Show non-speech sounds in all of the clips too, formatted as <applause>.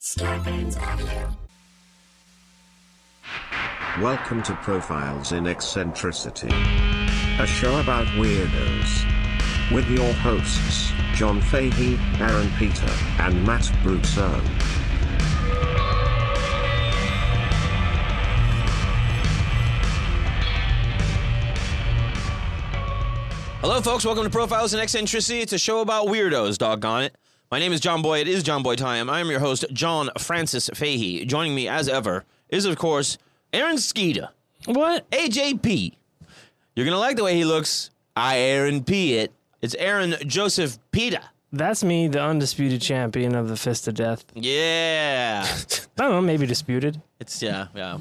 Scarbane's Audio. Welcome to Profiles in Eccentricity, a show about weirdos. With your hosts, John Fahey, Aaron Peter, and Matt Brousseau. Hello, folks. Welcome to Profiles in Eccentricity. It's a show about weirdos, doggone it. My name is John Boy. It is John Boy time. I am your host, John Francis Fahey. Joining me, as ever, is, of course, Aaron Skeeta. What? AJP. You're going to like the way he looks. I Aaron P. it. It's Aaron Joseph Pita. That's me, the undisputed champion of the fist of death. Yeah. I don't know, maybe disputed. it's, yeah, yeah.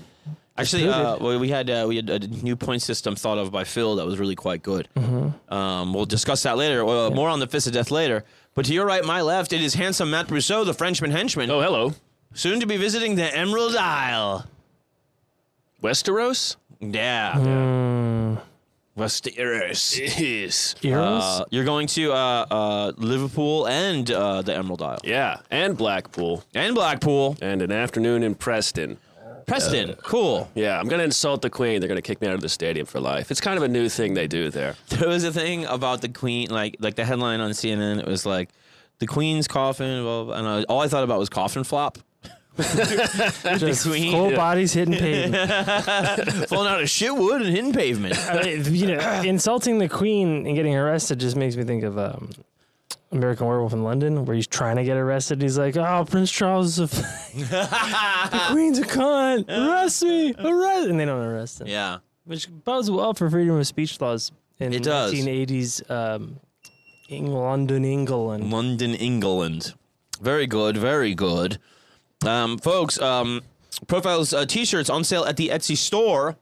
Actually, uh, we we had uh, we had a new point system thought of by Phil that was really quite good. Mm-hmm. Um, we'll discuss that later. Uh, More on the fist of death later. But to your right, my left, it is handsome Matt Brousseau, the Frenchman henchman, Oh, hello. soon to be visiting the Emerald Isle. Westeros? Yeah, Westeros. Yes. Eros? Uh, you're going to uh, uh, Liverpool and uh, the Emerald Isle Yeah, and Blackpool. and Blackpool, And an afternoon in Preston. Preston. cool. Yeah, I'm going to insult the Queen. They're going to kick me out of the stadium for life. It's kind of a new thing they do there. There was a thing about the Queen, like like the headline on CNN. It was like the Queen's coffin, blah, blah, blah, and I, all I thought about was coffin flop. Just queen. whole bodies hitting <laughs> Uh, pavement. falling out of shit wood and hitting pavement. I mean, you <laughs> know, insulting the queen and getting arrested just makes me think of um, American Werewolf in London, where he's trying to get arrested. He's like, "Oh, Prince Charles is a f- <laughs> the queen's a con. Arrest me, arrest!" And they don't arrest him, Yeah. which bodes well for freedom of speech laws in It does. 1980s um, Eng- London, England. London, England. Very good, very good. Um, folks, um, Profiles uh, t shirts on sale at the Etsy store.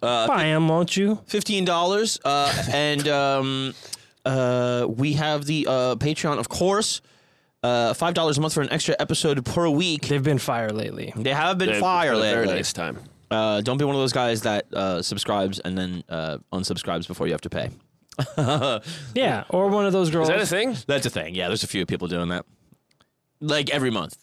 Buy him, won't you? $15. Uh, <laughs> and um, uh, we have the uh, Patreon, of course. Uh, $5 a month for an extra episode per week. They, They've been fire lately. have been They- fire they had a lately. Very nice time. Uh, don't be one of those guys that uh, subscribes and then uh, unsubscribes before you have to pay. <laughs> Yeah, or one of those girls. Is that a thing? That's a thing. Yeah, there's a few people doing that. Like every <laughs> month.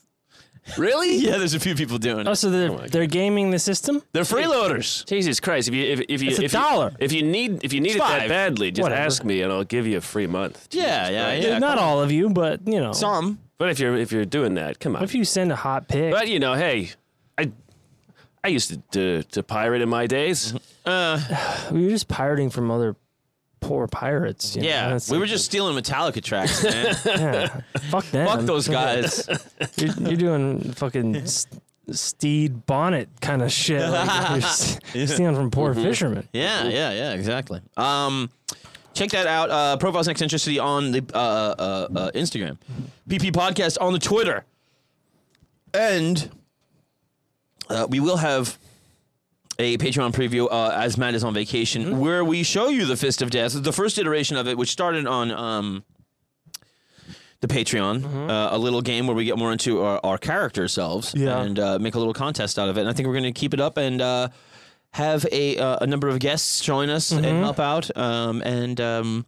Really? Yeah, there's a few people doing Oh, it. so they're, they're gaming the system? They're freeloaders. Jesus Christ! If you if if you It's a if you- dollar. if you need if you need it five. that badly, just Whatever. ask me and I'll give you a free month. Yeah, yeah, yeah. Not come- all of you, but, you know. What Some. But if you're if you're doing that, come on. if you send a hot pic? but you know, hey, I I used to to, to pirate in my days. we were just pirating from other poor pirates. you know, Yeah, that's- we were just stealing Metallica <laughs> tracks, man. yeah, fuck them. Fuck those <laughs> guys. <laughs> You're, you're doing fucking s- Steed Bonnet kind of shit. Like, <laughs> you're s- stealing from poor Mm-hmm. fishermen. Yeah, yeah, yeah, exactly. Um, check that out. Uh, Profiles and Eccentricity on the uh, uh, uh, Instagram, PP Podcast on the Twitter, and uh, we will have a Patreon preview uh, as Matt is on vacation, where we show you the Fist of Death, the first iteration of it, which started on. Um, the Patreon, uh, a little game where we get more into our, our character selves Yeah. and uh, make a little contest out of it. And I think we're going to keep it up and uh, have a uh, a number of guests join us and help out. Um, and um,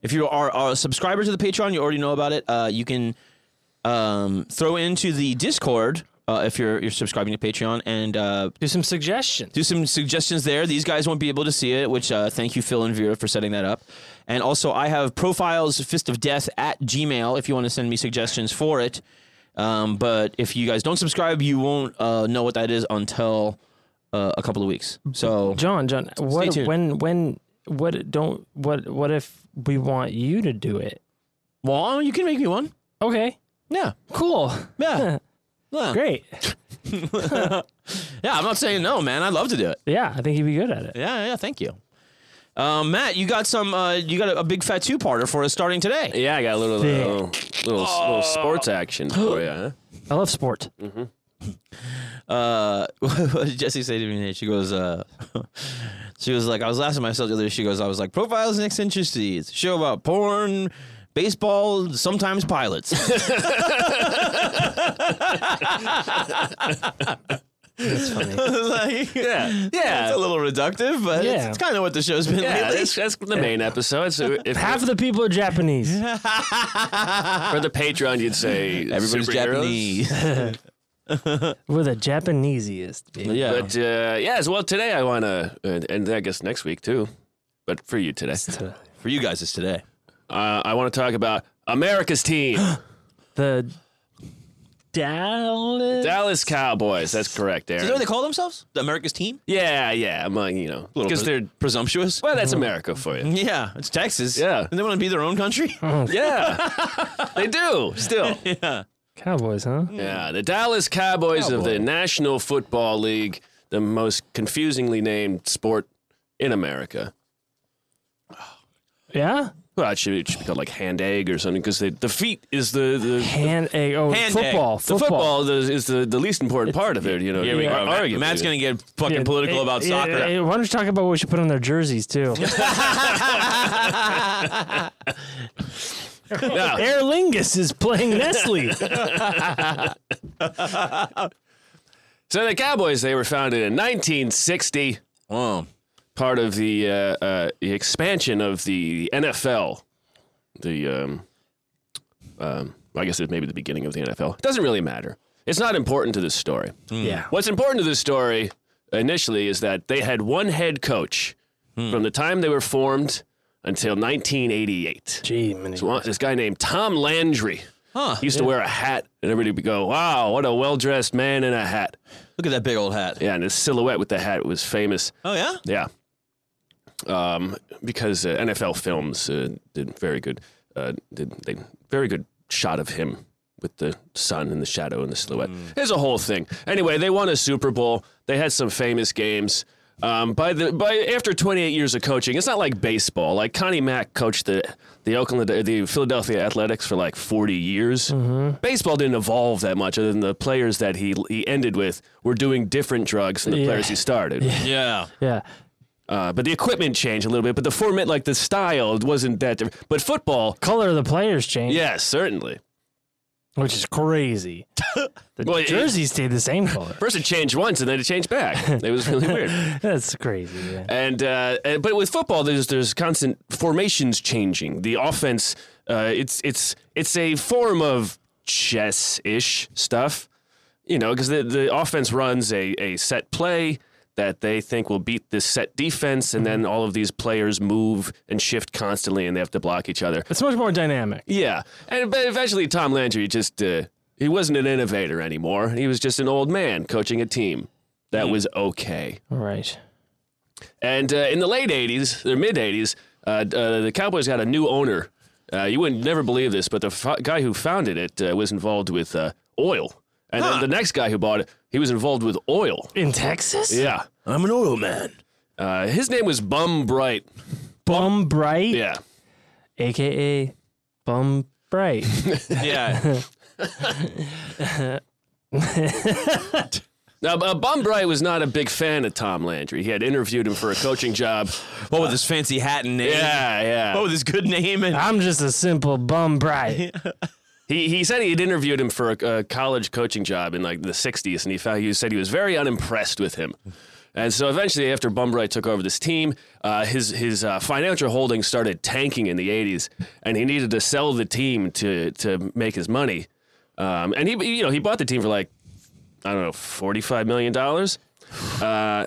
if you are, are a subscriber to the Patreon, you already know about it. Uh, you can um, throw into the Discord uh, if you're you're subscribing to Patreon and uh, Do some suggestions. do some suggestions there. These guys won't be able to see it, which uh, thank you, Phil and Vera, for setting that up. And also, I have profiles fist of death at Gmail if you want to send me suggestions for it. Um, but if you guys don't subscribe, you won't uh, know what that is until uh, a couple of weeks. So John, John, what, tuned. when, when, what, don't, what, what if we want you to do it? Well, you can make me one. Okay, <laughs> Yeah. cool. Yeah. Yeah. Great. Yeah, I'm not saying no, man. I'd love to do it. Yeah, I think you'd be good at it. Yeah, yeah, thank you. Um, Matt, you got some uh, you got a, a big fat two parter for us starting today. Yeah, I got a little uh, little, little, little sports Oh. action for you. <gasps> Huh? I love sport. Uh <laughs> what did Jesse say to me today? She goes, uh <laughs> She was like, I was laughing at myself the other day. She goes, I was like, Profiles and Eccentricity. It's a show about porn, baseball, sometimes pilots. <laughs> I was like, Yeah, It's yeah. a little reductive, but it's, Yeah. it's kind of what the show's been Yeah, lately. that's, that's the main <laughs> episode. So if Half of the people are Japanese. for the Patreon, you'd say <laughs> Everybody's superheroes? Japanese. <laughs> We're the Japaneseiest. Baby. Yeah. But uh, yes, well, today I want to, and, and I guess next week too, but for you today, For you guys, it's today. uh, I want to talk about <gasps> America's team, The Dallas. Dallas Cowboys. That's correct, Is that what Aaron. they call themselves? The America's team? Yeah, yeah, among you know, because they're presumptuous. well, that's America for you. Yeah, it's Texas. Yeah. and they want to be their own <laughs> country. Yeah, <laughs> they do still. Cowboys, huh? Yeah, the Dallas Cowboys of the National Football League, the most confusingly named sport in America. Yeah. Well, it should, it should be called like hand egg or something because the feet is the, the Hand egg. Oh, Hand football. egg. the Football. football is is the, the least important part of it. You know, Here we go. Matt. arguably. Matt's gonna get fucking Yeah, political eh, about yeah, soccer. eh, why don't you talk about what we should put on their jerseys too? No. <laughs> Aer Lingus is playing Nestle. So the Cowboys, they were founded in 1960, Whoa. part of the uh, uh, the expansion of the NFL. The um, um, I guess it's maybe the beginning of the NFL. It doesn't really matter. It's not important to this story. yeah. What's important to this story initially is that they had one head coach from the time they were formed until 1988. Gee, many. This one- This guy named Tom Landry. Huh. He used to wear a hat, and everybody would go, "Wow, what a well-dressed man in a hat!" Look at that big old hat. Yeah, and his silhouette with the hat was famous. Oh yeah. Yeah. Um, because uh, NFL Films uh, did very good. Uh, did they very good shot of him with the sun and the shadow and the silhouette. There's a whole thing. Anyway, they won a Super Bowl. They had some famous games. Um, by the by, after 28 years of coaching, it's not like baseball. Like Connie Mack coached the the Oakland the Philadelphia Athletics for like 40 years. Baseball didn't evolve that much, other than the players that he he ended with were doing different drugs than the Yeah. players he started. Yeah. Yeah. Uh, but the equipment changed a little bit, but the format, like the style, wasn't that different. But football, <laughs> Color of the players change, yes, certainly. which is crazy. The Well, it- jerseys stayed the same color. First it changed once, and then it changed back. It was really weird. That's crazy. Yeah. And, uh, and- but with football, there's there's constant formations changing. The offense, uh, it's it's it's a form of chess ish stuff, you know, because the the offense runs a a set play. That they think will beat this set defense, and then all of these players move and shift constantly, and they have to block each other. It's much more dynamic. Yeah, and but eventually Tom Landry just uh, he wasn't an innovator anymore. He was just an old man coaching a team that Hmm. was okay. All right. And uh, in the late '80s, the mid '80s, uh, uh, the Cowboys got a new owner. Uh, you wouldn't never believe this, but the f- guy who founded it uh, was involved with uh, oil, and then the next guy who bought it, he was involved with oil. In Texas? Yeah, I'm an oil man. uh, his name was Bum <laughs> Bright. Bum Bright, Yeah, aka Bum Bright. Yeah. now uh, Bum Bright was not a big fan of Tom Landry. He had interviewed him for a coaching job. <laughs> what with this fancy hat and name? Yeah, yeah. What with this good name <laughs> and I'm just a simple Bum <laughs> Bright. He, he said he had interviewed him for a, a college coaching job in like the 60s, and he, found, he said he was very unimpressed with him. And so eventually, after Bumbright took over this team, uh, his, his uh, financial holdings started tanking in the 80s, and he needed to sell the team to, to make his money. Um, and he, you know, he bought the team for like, I don't know, $45 million uh,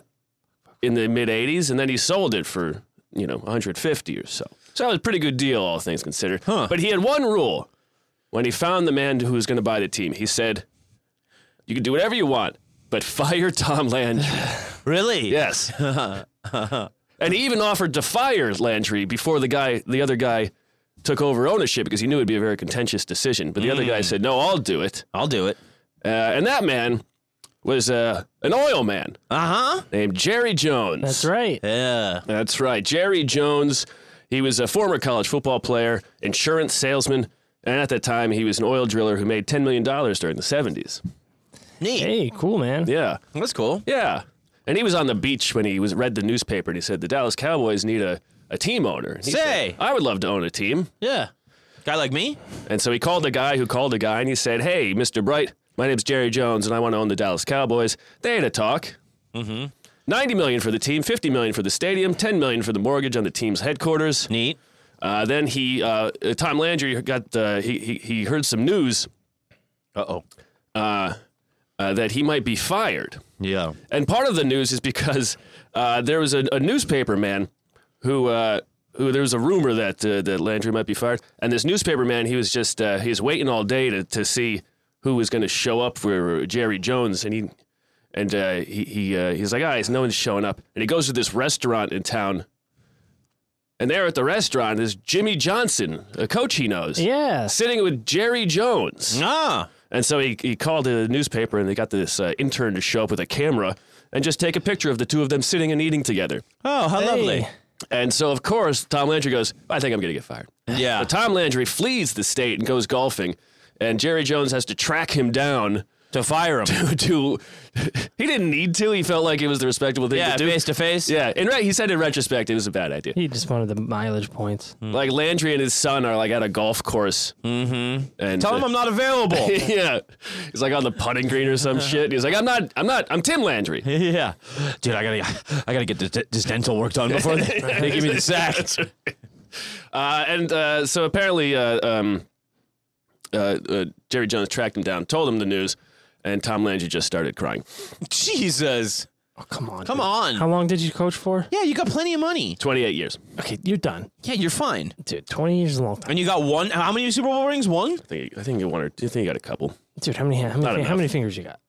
in the mid 80s, and then he sold it for, you know, 150 or so. So that was a pretty good deal, all things considered. But he had one rule when he found the man who was going to buy the team, he said, "You can do whatever you want, but <laughs> fire Tom Landry." really? yes. and he even offered to fire Landry before the guy, the other guy, took over ownership because he knew it'd be a very contentious decision. But the other guy said, "No, I'll do it." I'll do it. Uh, and that man was uh, an oil man Uh huh. named Jerry Jones. That's right. Yeah. That's right. Jerry Jones, he was a former college football player, insurance salesman, and at that time he was an oil driller who made $10 million during the 70s. Neat. Hey, cool, man. Yeah. That's cool. Yeah. And he was on the beach when he was read the newspaper and he said the Dallas Cowboys need a, a team owner. And he Say. said, I would love to own a team. Yeah. Guy like me? And so he called the guy who called the guy and he said, Hey, Mr. Bright, my name's Jerry Jones and I want to own the Dallas Cowboys. They had a talk. Mm-hmm. 90 million for the team, 50 million for the stadium, 10 million for the mortgage on the team's headquarters. Neat. Uh, then he, uh, uh, Tom Landry got uh, he, he he heard some news Uh oh. uh, uh, that he might be fired. Yeah. And part of the news is because uh, there was a, a newspaper man who, uh, who there was a rumor that uh, that Landry might be fired, and this newspaper man he was just uh, he was waiting all day to, to see who was going to show up for Jerry Jones, and he and uh, he he uh, he's like, guys, no one's showing up, and he goes to this restaurant in town. And there at the restaurant is Jimmy Johnson, a coach he knows, Yeah. sitting with Jerry Jones. Ah. And so he, he called the newspaper and they got this uh, intern to show up with a camera and just take a picture of the two of them sitting and eating together. Oh, how lovely. And so, of course, Tom Landry goes, I think I'm going to get fired. Yeah. So Tom Landry flees the state and goes golfing. And Jerry Jones has to track him down to fire him. to. <laughs> he didn't need to. He felt like it was the respectable thing Yeah, to do. face to face. yeah, and right, he said in retrospect it was a bad idea. He just wanted the mileage points. Hmm. Like Landry and his son are like at a golf course. Mm-hmm. And Tell uh, him I'm not <laughs> available. <laughs> yeah. He's like on the putting green <laughs> or some shit. He's like, I'm not, I'm not, I'm Tim Landry. yeah. Dude, I gotta, I gotta get this, this dental work done before <laughs> they, they give me the sack. Uh, and uh, so apparently, uh, um, uh, uh, Jerry Jones tracked him down, told him the news, and Tom Landry just started crying. Jesus. Oh, come on. Come dude. on. How long did you coach for? Yeah, you got plenty of money. 28 years. Okay, you're done. Yeah, you're fine. Dude, 20 years is a long time. And you got one. How many Super Bowl rings? One. I think, I think you wanted, I think you got a couple. Dude, how many, how many, how enough. many fingers you got?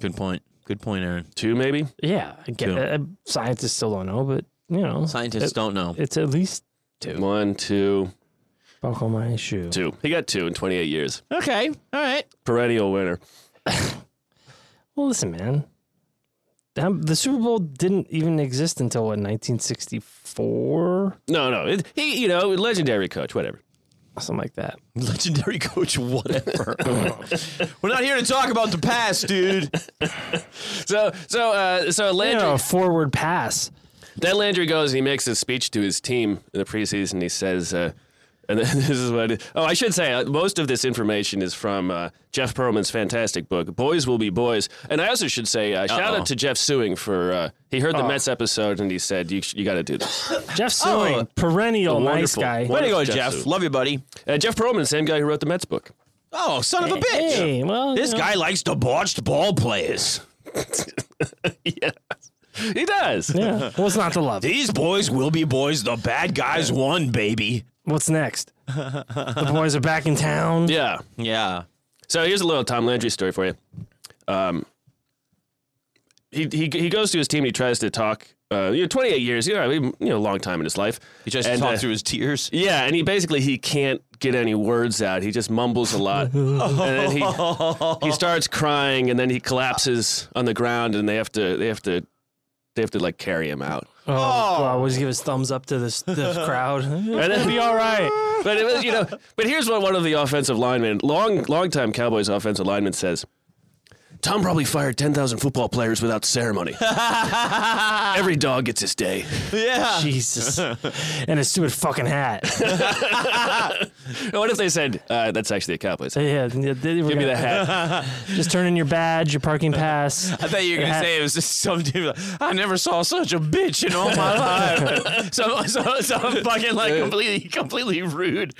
Good point. Good point, Aaron. Two, maybe? Yeah, I get, Two. uh, scientists still don't know, but you know, Scientists it- don't know. It's at least One, two, buckle my shoe. two. He got two in 28 years. Okay. All right. Perennial winner. Well, listen, man, That- the Super Bowl didn't even exist until what 1964, No, no. It, he, you know, legendary coach, whatever. something like that. Legendary coach, whatever. <laughs> We're not here to talk about the past, <laughs> dude. So, so, uh, so You Landry. know, a forward pass. Then Landry goes and he makes a speech to his team in the preseason. He says, uh, and then <laughs> this is what. oh, I should say, uh, most of this information is from uh, Jeff Perlman's fantastic book, Boys Will Be Boys. And I also should say, uh, shout Uh-oh. out to Jeff Sewing for uh, he heard the Mets episode and he said, "You sh- you got to do this." Jeff Sewing, perennial nice Oh, wonderful- guy. what- Way to go, Jeff Jeff. Sue. Love you, buddy. Uh, Jeff Perlman, same guy who wrote the Mets book. Oh, son of a bitch. Hey, well, This you know, guy likes debauched ball players. yeah, he does. Yeah. What's not to <laughs> love? These boys will be boys. The bad guys won, baby. What's next? the boys are back in town. Yeah. Yeah. So here's a little Tom Landry story for you. Um, he, he he goes to his team. He tries to talk. Uh, you know, 28 years. You know, I mean, you know, a long time in his life. He just And, talked uh, through his tears. Yeah, and he basically he can't get any words out. He just mumbles a <laughs> lot, and then he he starts crying, and then he collapses on the ground, and they have to they have to they have to like carry him out. Oh, oh. always give his thumbs up to this <laughs> the crowd. And then be all <laughs> right. But it was, you know, but here's what one of the offensive linemen, long longtime Cowboys offensive lineman says. Tom probably fired 10,000 football players without <laughs> ceremony. Every dog gets his day. Yeah. Jesus, and his stupid fucking hat. <laughs> What if they said, uh, that's actually a Cowboys? Give Yeah, yeah, they were me gonna- the hat. <laughs> Just turn in your badge, your parking pass. I thought you were Your gonna hat. say it was just some dude. Like, I never saw such a bitch in all my <laughs> life. so, so, so I'm fucking like completely, completely rude.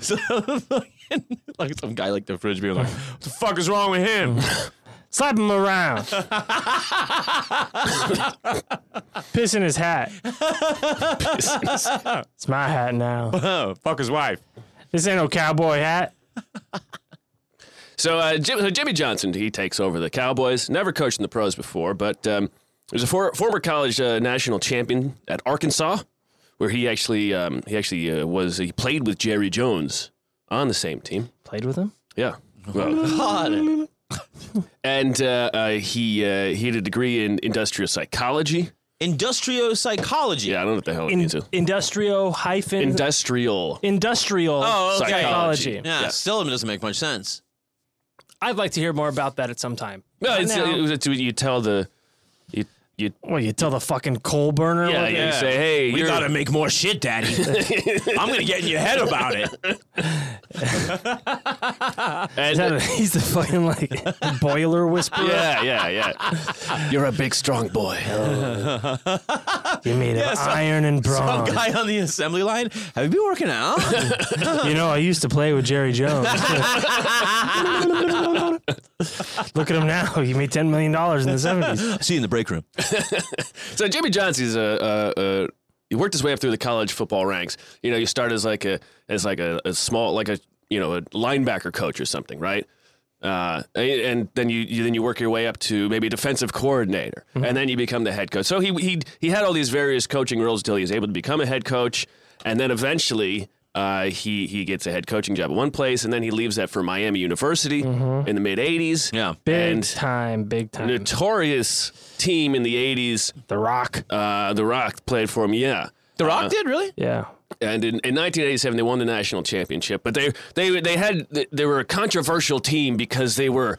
So fucking like some guy like the fridge being like, "What the fuck is wrong with him?" <laughs> slap him <laughs> around, piss in his <laughs> hat. It's my hat now. oh, fuck his wife. This ain't no cowboy hat. so, uh, Jim, so Jimmy Johnson, he takes over the Cowboys. Never coached in the pros before, but um, he was a for, former college uh, national champion at Arkansas, where he actually um, he actually uh, was he played with Jerry Jones on the same team. Played with him. Yeah. Well, God. and uh, uh, he uh, he had a degree in industrial psychology. Industrial psychology. Yeah, I don't know what the hell it In, means. industrial hyphen Industrial. industrial Oh, okay. psychology. Psychology. Yeah, Yeah. still doesn't make much sense. I'd like to hear more about that at some time. No, Not it's, uh, now. it was- it's- you tell the you you well, you tell the fucking coal burner. yeah, what- you say hey Oh, We you're, gotta make more shit, Daddy. <laughs> I'm gonna get in your head about it. <laughs> and- Is that a- he's the fucking like <laughs> boiler whisperer. yeah yeah yeah you're a big strong boy. You made Yeah, of some- iron and Some bronze. guy on the assembly line. Have you been working out? <laughs> You know, I used to play with Jerry Jones. <laughs> Look at him now. He made $10 million in the 70s. See you in the break room. So Jimmy Johnson's a, a, a he worked his way up through the college football ranks. You know, you start as like a as like a, a small like a you know a linebacker coach or something, right? Uh, and- and then you, you then you work your way up to maybe defensive coordinator, and then you become the head coach. So he he he had all these various coaching roles until he was able to become a head coach, and then eventually. Uh, he he gets a head coaching job at one place, and then he leaves that for Miami University in the mid '80s. Yeah. Big and time, big time. notorious team in the 80s. the Rock. Uh, the Rock played for him, yeah. The Rock did really? Yeah. And in, in 1987, they won the national championship, but they they they had they were a controversial team because they were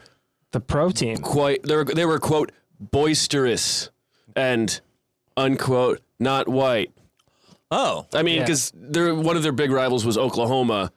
The pro team. quite they were, they were quote boisterous and unquote not white. Oh, I mean, Yeah. because their one of their big rivals was Oklahoma,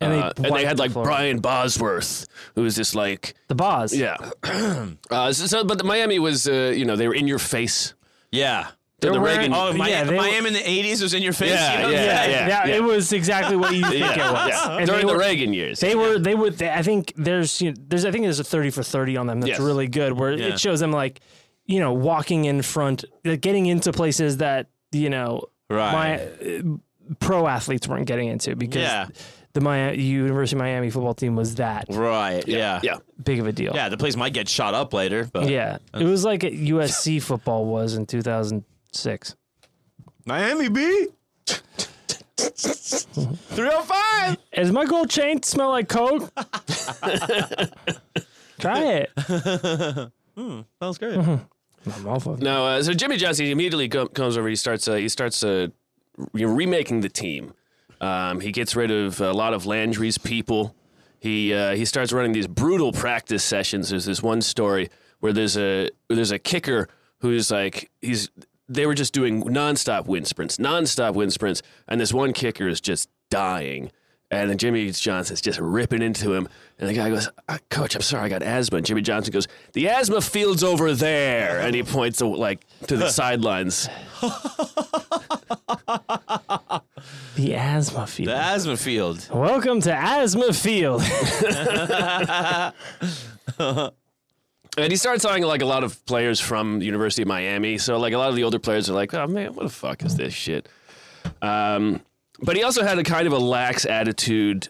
And uh, and they wiped had like Florida. Brian Bosworth, who was this like The Boz. yeah. <clears throat> uh, so, so- but Miami was uh, you know they were in your face. yeah. The, They're the wearing- Reagan. Oh, Yeah, Miami, they- Miami in the '80s was in your face. Yeah, you know? yeah, Yeah, yeah, that- yeah. it was exactly <laughs> what you think it was. And During they the were, Reagan years. they were, they were, they, I think there's, you know, there's, I think there's a 30 for 30 on them that's Yes. really good where Yeah. it shows them like, you know, walking in front, like, getting into places that, you know, Right. my uh, pro athletes weren't getting into because Yeah. the Miami, University of Miami football team was that Right. Yeah. <laughs> yeah. big of a deal. Yeah, The place might get shot up later, but Yeah. It was <laughs> like USC football was in 2006. Miami B. 305. Is my gold chain smell like Coke? <laughs> Try <laughs> it. Sounds great. Mm-hmm. I'm off of it. No, uh, so Jimmy Johnson he immediately go, comes over. He starts. Uh, he starts uh, re- remaking the team. Um, he gets rid of a lot of Landry's people. He uh, he starts running these brutal practice sessions. There's this one story where there's a where there's a kicker who's like he's they were just doing nonstop wind sprints, nonstop wind sprints, and this one kicker is just dying. And then Jimmy Johnson's just ripping into him, and the guy goes, "Uh, "Coach, I'm sorry, I got asthma." And Jimmy Johnson goes, "The asthma field's over there," and he points to, like to the sidelines. The asthma field. The asthma field. Welcome to Asthma Field. And he starts signing like a lot of players from the University of Miami. So like a lot of the older players are like, oh man, what the fuck is this shit? Um, but he also had a kind of a lax attitude.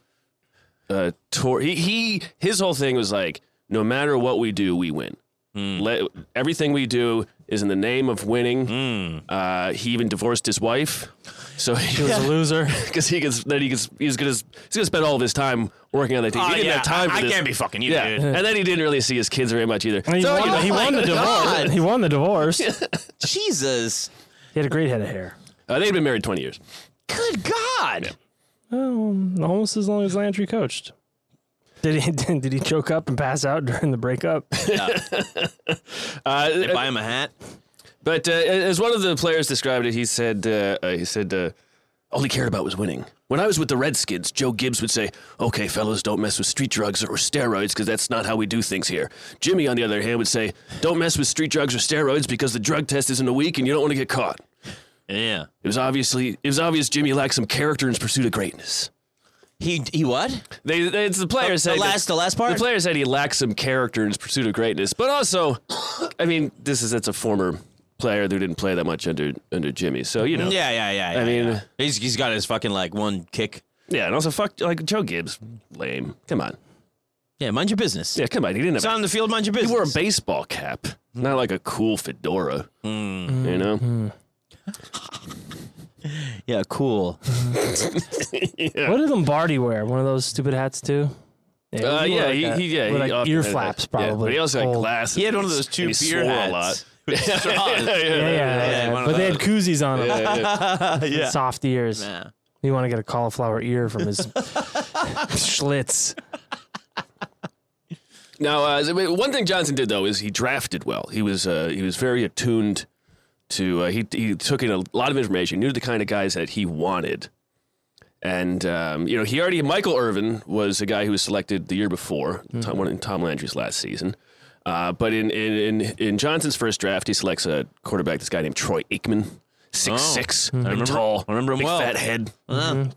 Uh, toward he, he his whole thing was like, no matter what we do, we win. Hmm. Let, everything we do is in the name of winning. Hmm. Uh, he even divorced his wife, so he was a <laughs> loser. because he gets then he gets he's gonna he's gonna spend all of his time working on that team. Ah, he didn't yeah, have time I- for I this. can't be fucking you, yeah. dude. <laughs> And then he didn't really see his kids very much either. And he, So, won, you know, he oh won <laughs> my the divorce. God. He won the divorce. he Jesus. had a great head of hair. Uh, they'd been married 20 years. Good God. Almost as long as Landry coached. Did he <laughs> did, did he choke up and pass out during the breakup? Uh, Buy him a hat. but uh, as one of the players described it, he said, uh, uh, he said, uh, all he cared about was winning. When I was with the Redskins, Joe Gibbs would say, okay, fellas, don't mess with street drugs or steroids because that's not how we do things here. Jimmy, on the other hand, would say, don't mess with street drugs or steroids because the drug test is in a week and you don't want to get caught. Yeah. It was obviously it was obvious Jimmy lacked some character in his pursuit of greatness. He he what? They, they- it's the The players. said that- last the last part. The player said he lacks some character in his pursuit of greatness, but also, <coughs> I mean, this is that's a former player who didn't play that much under under Jimmy. So you know, yeah, yeah, yeah. I yeah, mean- yeah. he's he's got his fucking like one kick. yeah, and also fuck like Joe Gibbs, lame. Come on, Yeah, mind your business. yeah, come on. He didn't It's have. on the field, mind your business. He wore a baseball cap, not like a cool fedora. Mm. You know, yeah, cool. What did Lombardi wear? One of those stupid hats too. Yeah, uh, he wore yeah, like he, a- he, yeah, with he like often ear had that. flaps Yeah, probably. but he also had Old- glasses. He had one of those two and he beer swore hats. <laughs> a lot. <laughs> Yeah, yeah, yeah. one of But they had those. koozies on them. <laughs> yeah. Soft ears. Yeah. You want to get a cauliflower ear from his Schlitz. Now, uh, so, wait, one thing Johnson did though is he drafted well. He was uh, he was very attuned to uh, he he took in a lot of information, knew the kind of guys that he wanted, and um, you know he already Michael Irvin was a guy who was selected the year before, Hmm. Tom, one in Tom Landry's last season. Uh, but in, in in in Johnson's first draft, he selects a quarterback. This guy named Troy Aikman, six six, remember- tall, Oh. Hmm. I remember him big well. fat head.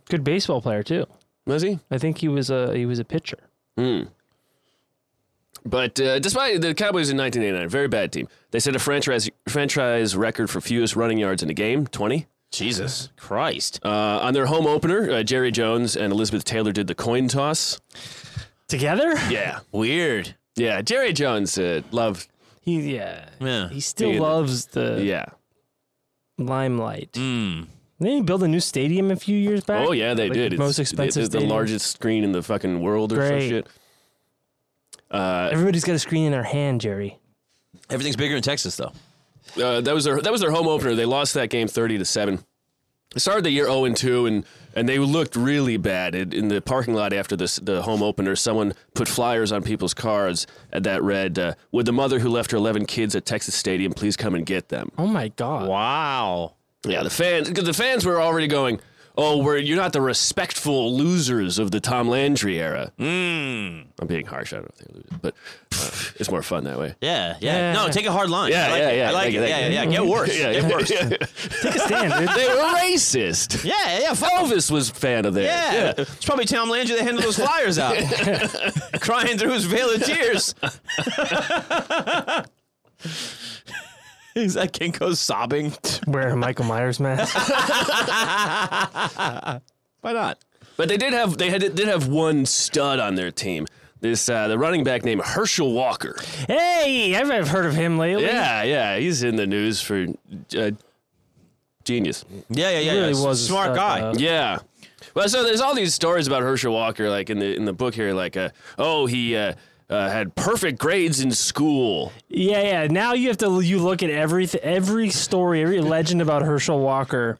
Good baseball player too. Was he? I think he was a he was a pitcher. Hmm. But uh, despite the Cowboys in 1989, very bad team. They set a franchise franchise record for fewest running yards in a game, 20. Jesus Christ. Uh, on their home opener, uh, Jerry Jones and Elizabeth Taylor did the coin toss. Together? Yeah, Weird. yeah. Jerry Jones uh, loved. He yeah. Yeah. <laughs> He still Yeah. loves the Yeah. Mm. limelight. Hmm. Didn't he build a new stadium a few years back? Oh yeah, they Like, did. the It's- Most expensive. It's the stadium. largest screen in the fucking world or some Great. shit. Uh, Everybody's got a screen in their hand, Jerry. Everything's bigger in Texas though. uh, that was their that was their home opener. They lost that game thirty to seven. They started the year zero and two, and and they looked really bad it, in the parking lot after this the home opener. Someone put flyers on people's cars that read, uh, "Would the mother who left her eleven kids at Texas Stadium please come and get them?" Oh my god. Wow. Yeah, the fans because the fans were already going. Oh, we're, you're not the respectful losers of the Tom Landry era. Hmm. I'm being harsh. I don't know if they're losers, but uh, it's more fun that way. Yeah, yeah. Yeah. No, take a hard line. Yeah, I like yeah, it. yeah. I like Thank you, it. Yeah, thank yeah, <laughs> you. Get worse. <laughs> Yeah, Get worse. yeah. Take a stand, dude. <laughs> they were racist. Yeah, yeah. Fuck 'em. <laughs> Elvis was a fan of theirs. Yeah. It's probably Tom Landry that handed those flyers <laughs> out. Crying through his veil of <laughs> tears. Is that Kinko sobbing? Wear a Michael Myers <laughs> mask. Why not? But they did have they had did have one stud on their team. This uh, the running back named Herschel Walker. hey, I've, I've heard of him lately. Yeah, yeah, he's in the news for uh, genius. Yeah, yeah, yeah. Really yeah. was a smart stud, guy. though. Yeah. Well, so there's all these stories about Herschel Walker, like in the in the book here, like uh, oh he uh, uh, had perfect grades in school. Yeah, yeah. Now you have to you look at every every story, every legend about Herschel Walker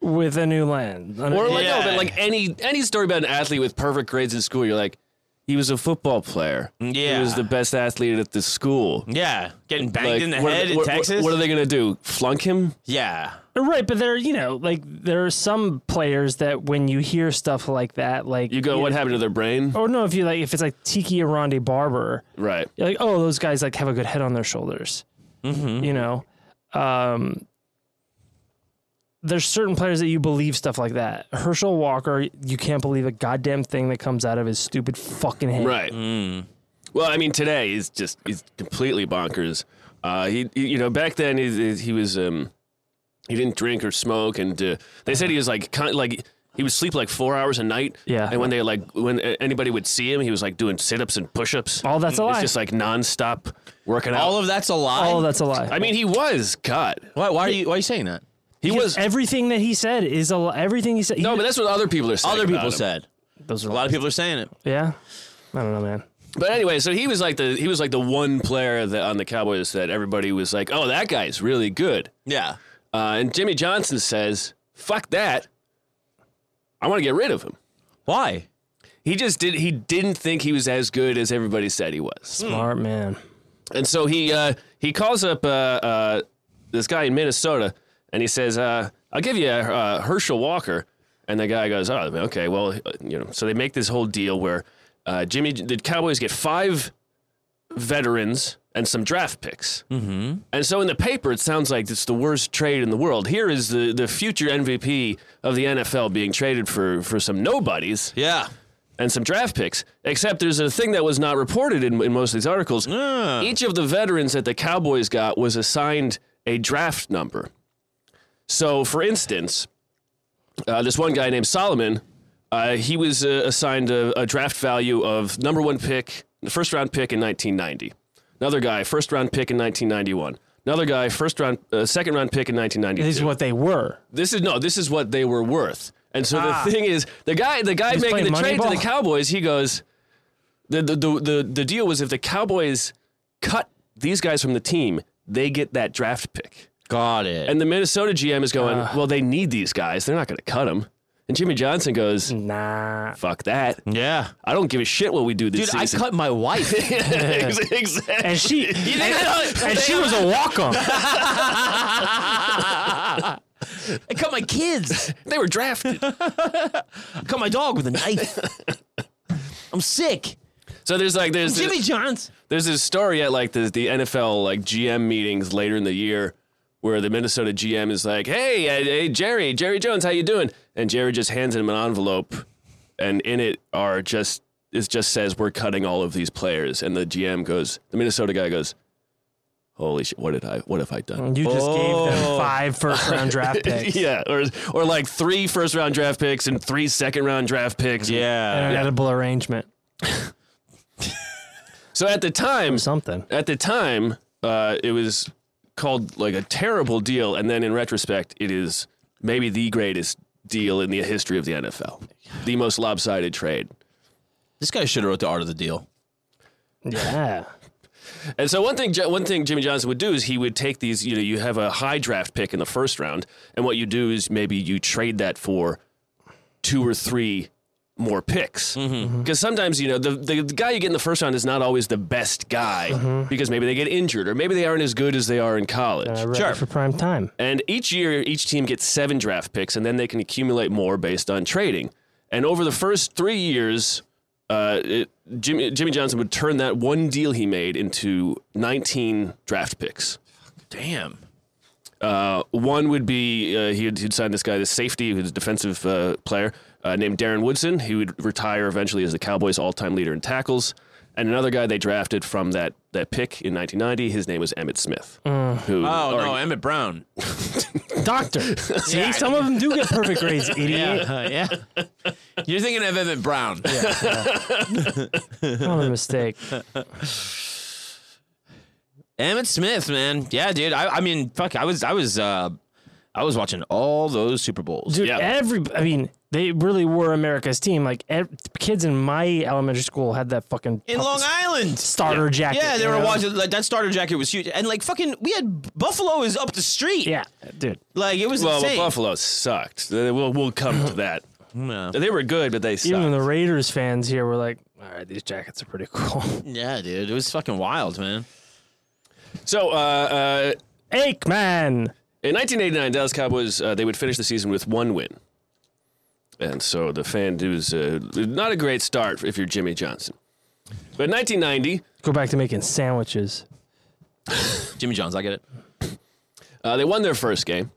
with a new lens. Or like Yeah. no, but like any any story about an athlete with perfect grades in school, you're like, he was a football player. Yeah. he was the best athlete at the school. Yeah, getting banged Like, in the what are head they- in what- what- Texas. What are they gonna do? Flunk him? yeah, right, but there you know, like there are some players that when you hear stuff like that, like You go. What happened to their brain? Or no, if you like, if it's like Tiki Arondi Barber, Right. you're like, oh, those guys like have a good head on their shoulders. Mm-hmm. You know, um, there's certain players that you believe stuff like that. Herschel Walker, you can't believe a goddamn thing that comes out of his stupid fucking head. Right. Mm. Well, I mean, today he's just he's completely bonkers. Uh, he, he- you know, back then he, he- he was um, he didn't drink or smoke, and uh, they said he was like kind like he would sleep like four hours a night. Yeah. And when they like when uh, anybody would see him, he was like doing sit ups and push ups. All Oh, that's a It's lie. just like nonstop working out. all of that's a lie. Oh, that's a lie. I mean, he was God. why, why are you why are you saying that? He Because was. everything that he said is a li- everything he said. no, but that's what other people are saying. Other about people him. said. those are A lot of people are saying it. Yeah, I don't know, man. But anyway, so he was like the he was like the one player that on the Cowboys that everybody was like, oh, that guy's really good. Yeah. Uh, and Jimmy Johnson says, "Fuck that! I want to get rid of him." Why? He just did. He didn't think he was as good as everybody said he was, Smart man. and so he uh, he calls up uh, uh, this guy in Minnesota, and he says, uh, "I'll give you uh, Herschel Walker." And the guy goes, "Oh, okay. Well, uh, you know." So they make this whole deal where uh, Jimmy, the Cowboys get five veterans and some draft picks. And so in the paper, it sounds like it's the worst trade in the world. Here is the, the future MVP of the NFL being traded for, for some nobodies Yeah. and some draft picks. Except there's a thing that was not reported in, in most of these articles. Each of the veterans that the Cowboys got was assigned a draft number. So, for instance, uh, this one guy named Solomon, uh, he was uh, assigned a, a draft value of number one pick, the first round pick in 1990. Another guy, first round pick in 1991. Another guy, first round, uh, second round pick in 1992. This is what they were. This is no. This is what they were worth. And so the thing is, the guy, the guy He's making the playing trade to Moneyball. the Cowboys, he goes, the the, the the the deal was if the Cowboys cut these guys from the team, they get that draft pick. Got it. And the Minnesota GM is going, well, they need these guys. They're not going to cut them. And Jimmy Johnson goes, Hmm. Nah. fuck that. yeah. I don't give a shit what we do this Dude, I season. cut my <laughs> wife. exactly. And <laughs> she and, I don't- and she was a walk on. I cut my kids. They were drafted. I cut my dog with a <laughs> knife. I'm sick. <laughs> so there's like there's Jimmy Johnson. There's this story at like the, the NFL like GM meetings later in the year where the Minnesota GM is like, "Hey, uh, hey Jerry, Jerry Jones, how you doing?" And Jerry just hands him an envelope, and in it are just it just says we're cutting all of these players, and the GM goes, the Minnesota guy goes, "Holy shit! What did I? What have I <laughs> done?" You just gave them Oh. five first round <laughs> draft picks. yeah, or or like three first round draft picks and three second round draft picks. and Yeah. an edible arrangement. So at the time, Something. at the time, uh, it was called like a terrible deal, and then in retrospect, it is maybe the greatest deal in the history of the NFL, the most lopsided trade. This guy should have wrote the art of the deal. Yeah. And so one thing, Jo- one thing Jimmy Johnson would do is he would take these. You know, you have a high draft pick in the first round, and what you do is maybe you trade that for two or three more picks because sometimes you know the, the the guy you get in the first round is not always the best guy because maybe they get injured or maybe they aren't as good as they are in college. I read Sure. it for prime time. And each year, each team gets seven draft picks, and then they can accumulate more based on trading. And over the first three years, uh, it, Jimmy, Jimmy Johnson would turn that one deal he made into 19 draft picks. Damn. Uh, one would be uh, he'd, he'd sign this guy, the safety, who's a defensive uh, player uh, named Darren Woodson. He would retire eventually as the Cowboys' all-time leader in tackles. And another guy they drafted from that that pick in 1990, his name was Emmett Smith. Who, Oh or- no, Emmett Brown. Doctor. See, some of them do get perfect grades, idiot. <laughs> <laughs> yeah. You're thinking of Emmett Brown. Not a mistake. Emmett Smith, man. Yeah, dude. I, I mean, fuck. I was, I was, uh, I was watching all those Super Bowls. Dude, Yeah. every I mean, they really were America's team. Like ev- kids in my elementary school had that fucking in puff- Long Island. starter jacket. Yeah, they you were know? watching like that starter jacket was huge, and like fucking, we had Buffalo is up the street. Yeah, dude. like it was Well, but insane. Buffalo sucked. Uh, We'll, we'll come to that. No. They were good, but they sucked. Even the Raiders fans here were like, "All right, these jackets are pretty cool." <laughs> Yeah, dude, it was fucking wild, man. so, uh, uh, Aikman. in 1989, Dallas Cowboys uh, they would finish the season with one win, and so the fan it was uh, not a great start if you're Jimmy Johnson. But 1990, Go back to making <laughs> sandwiches. Jimmy Johns, I get it. uh, they won their first game.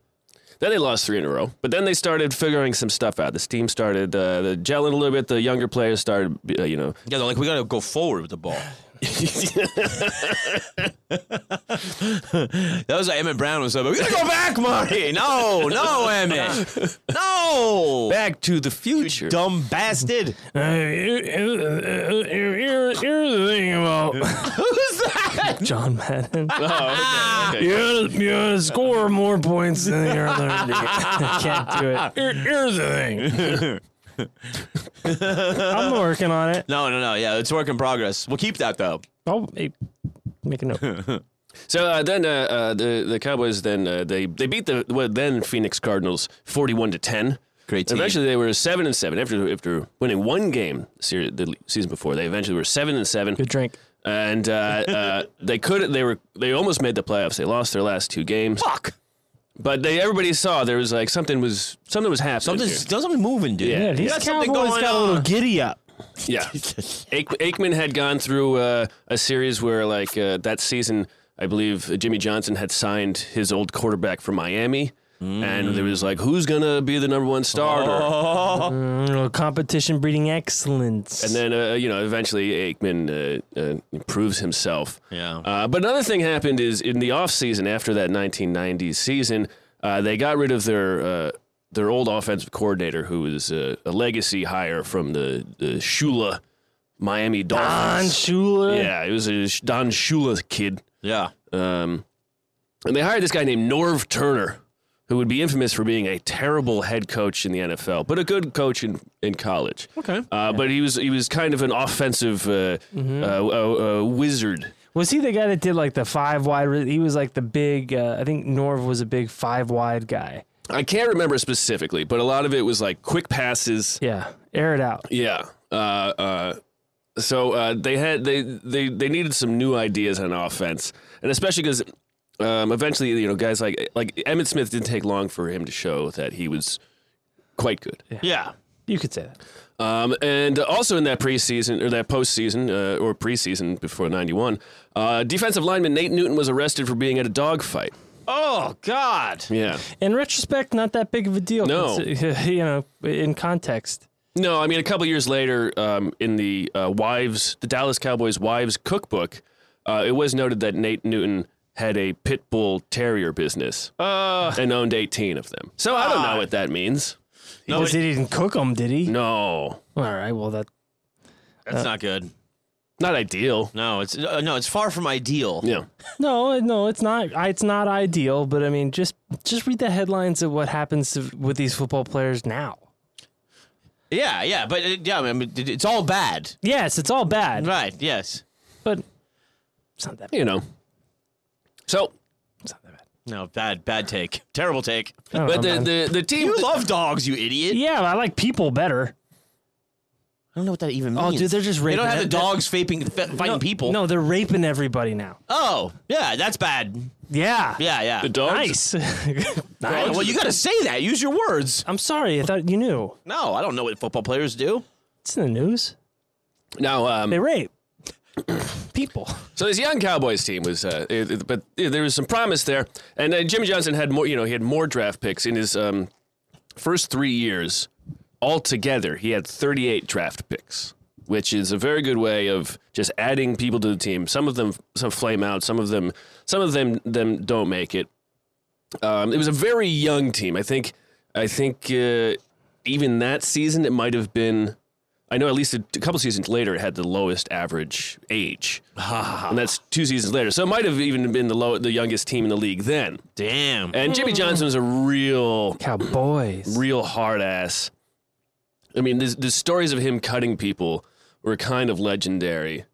Then they lost three in a row. But then they started figuring some stuff out. This team started uh, the gelling a little bit. The younger players started, uh, you know, Yeah, they're like we gotta go forward with the ball. <laughs> that was like Emmett Brown was up. We gotta go back, Marty. No, no, Emmett. No, back to the future. dumb bastard. Uh, here- here- here- here's the thing about Who's that? John Madden. Oh, okay, okay. You you score more points than your other. <laughs> Can't do it. Here- here's the thing. I'm working on it. No, no, no. Yeah, it's work in progress. We'll keep that though. Oh, hey, make a note. So uh, then uh, uh, the the Cowboys then uh, they they beat the well, then Phoenix Cardinals forty one to ten. Great team. Eventually they were seven and seven after after winning one game seri- the season before. They eventually were seven and seven, Good drink. and <laughs> uh, uh, they could they were they almost made the playoffs. They lost their last two games, Fuck. but they everybody saw there was like something was something was happening. Something's here. something moving, dude. Yeah, Yeah, these these got something Cowboys going got a on. little giddy up. Yeah. Ake, Aikman had gone through uh, a series where, like, uh, that season, I believe Jimmy Johnson had signed his old quarterback from Miami. And there was like, who's going to be the number one starter? Mm, little competition breeding excellence. And then, uh, you know, eventually Aikman uh, uh, improves himself. Yeah. Uh, but another thing happened is in the offseason after that 1990s season, uh, they got rid of their uh, their old offensive coordinator, who was uh, a legacy hire from the, the Shula Miami Don Dolphins. Shula. Yeah, it was a Sh- Don Shula kid. Yeah. Um, and they hired this guy named Norv Turner, who would be infamous for being a terrible head coach in the NFL, but a good coach in, in college. Okay. Uh, But he was he was kind of an offensive uh, uh, uh, uh, wizard. Was he the guy that did like the five wide? re- He was like the big. Uh, I think Norv was a big five wide guy. I can't remember specifically, but a lot of it was like quick passes. Yeah, air it out. Yeah. Uh, uh, so uh, they had they, they they needed some new ideas on offense, and especially because um, eventually you know guys like like Emmett Smith didn't take long for him to show that he was quite good. Yeah. You could say that. Um, and also in that preseason or that postseason uh, or preseason before '91, uh, defensive lineman Nate Newton was arrested for being at a dogfight. Oh God. Yeah. In retrospect, not that big of a deal. <laughs> No. Consi- you know, in context. No, I mean a couple years later, um, in the uh, wives, the Dallas Cowboys wives cookbook, uh, it was noted that Nate Newton had a pit bull terrier business and owned 18 of them. So I don't know what that means. No, Because it- he didn't cook them, did he? No, All right. Well, that that's not good. not ideal. No, it's uh, no, it's far from ideal. Yeah, no, no, it's not. I- It's not ideal, but I mean, just just read the headlines of what happens to, with these football players now. yeah, yeah, but it, yeah, I mean, it- it's all bad, Yes, it's all bad, right? Yes, but it's not that. you know. So, It's not that bad. no, bad, bad take, <laughs> terrible take. I don't but know, the, man. the the team You love dogs, you idiot. yeah, I like people better. I don't know what that even means. Oh, dude, they're just They raping don't have the that- that- dogs vaping, f- fighting no, people. No, they're raping everybody now. Oh, yeah, that's bad. Yeah. Yeah, yeah. the dogs. Nice. Right, nice. <laughs> Well, you got to say that. Use your words. I'm sorry. I thought you knew. No, I don't know what football players do. It's in the news. Now, um, They rape <coughs> people. So this young Cowboys team was, uh, it- it- but there was some promise there, and uh, Jimmy Johnson had more. You know, he had more draft picks in his um, first three years altogether. He had 38 draft picks, which is a very good way of just adding people to the team. Some of them some flame out, some of them some of them them don't make it. Um, it was a very young team. I think I think uh, even that season it might have been. I know at least a, a couple seasons later it had the lowest average age, and that's two seasons later. So it might have even been the low, the youngest team in the league then. Damn. And Jimmy Johnson was a real Cowboys. real hard ass. I mean, the, the stories of him cutting people were kind of legendary.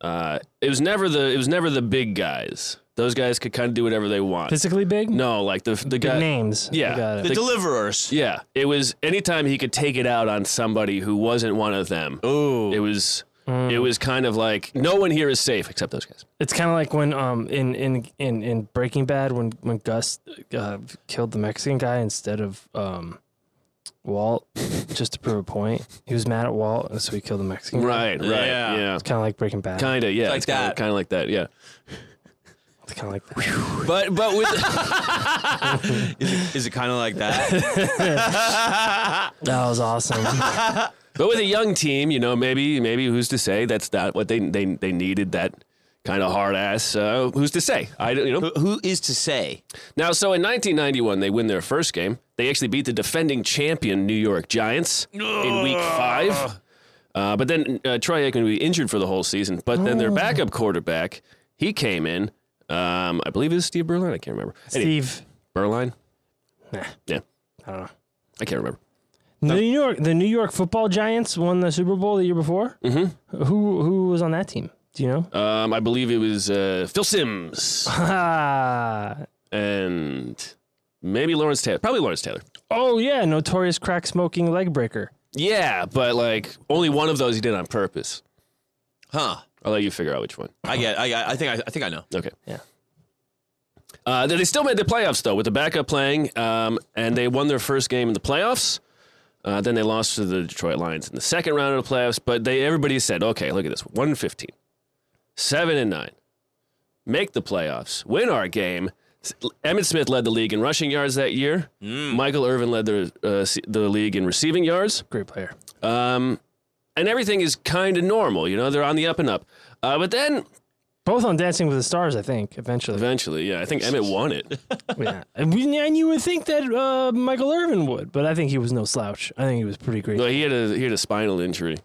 Uh, it was never the it was never the big guys. Those guys could kind of do whatever they want. Physically big? no, like the the Big guy. names. yeah. I got it. The deliverers. Yeah, it was anytime he could take it out on somebody who wasn't one of them. Ooh. It was it was kind of like no one here is safe except those guys. It's kind of like when um in in in in Breaking Bad when when Gus uh, killed the Mexican guy instead of um Walt just to prove a point. He was mad at Walt, and so he killed the Mexican. guy. Right, right, Yeah. yeah, It's kind of like Breaking Bad. kind of, yeah, like it's kinda- that. kinda like that, yeah. It's kind of like that. But <laughs> but with Is it kind of like that? that was <laughs> awesome. But with a young team, you know, maybe maybe who's to say that's not what they they they needed that kind of hard ass. Uh, who's to say? I don't, you know. Who- Who is to say? Now, so in 1991, they win their first game. They actually beat the defending champion New York Giants in Week Five. Uh, but then uh, Troy Aikman would be injured for the whole season. But then their backup quarterback, he came in. Um, I believe it was Steve Berline. I can't remember. Anyway, Steve. Berline. Nah, Yeah, I don't know. I can't remember. The New York, the New York Football Giants won the Super Bowl the year before. Mm-hmm. Who who was on that team? Do you know? <laughs> Um, I believe it was uh, Phil Sims Ah, and maybe Lawrence Taylor. Probably Lawrence Taylor. oh yeah, notorious crack smoking leg breaker. Yeah, but like only one of those he did on purpose. Huh. I'll let you figure out which one. I get. I, I I think. I, I think I know. Okay. Yeah. Uh, they they still made the playoffs though, with the backup playing, um, and they won their first game in the playoffs. Uh, then they lost to the Detroit Lions in the second round of the playoffs. But they everybody said, okay, look at this: one fifteen, seven and nine, make the playoffs, win our game. S- Emmitt Smith led the league in rushing yards that year. Michael Irvin led the uh, se- the league in receiving yards. Great player. Um, and everything is kind of normal, you know, they're on the up and up. Uh, but then Both on Dancing with the Stars, I think. Eventually, eventually, yeah, I think Emmett won it. yeah. And, we, and you would think that uh, Michael Irvin would, but I think he was no slouch. I think he was pretty great. Well, he had a he had a spinal injury.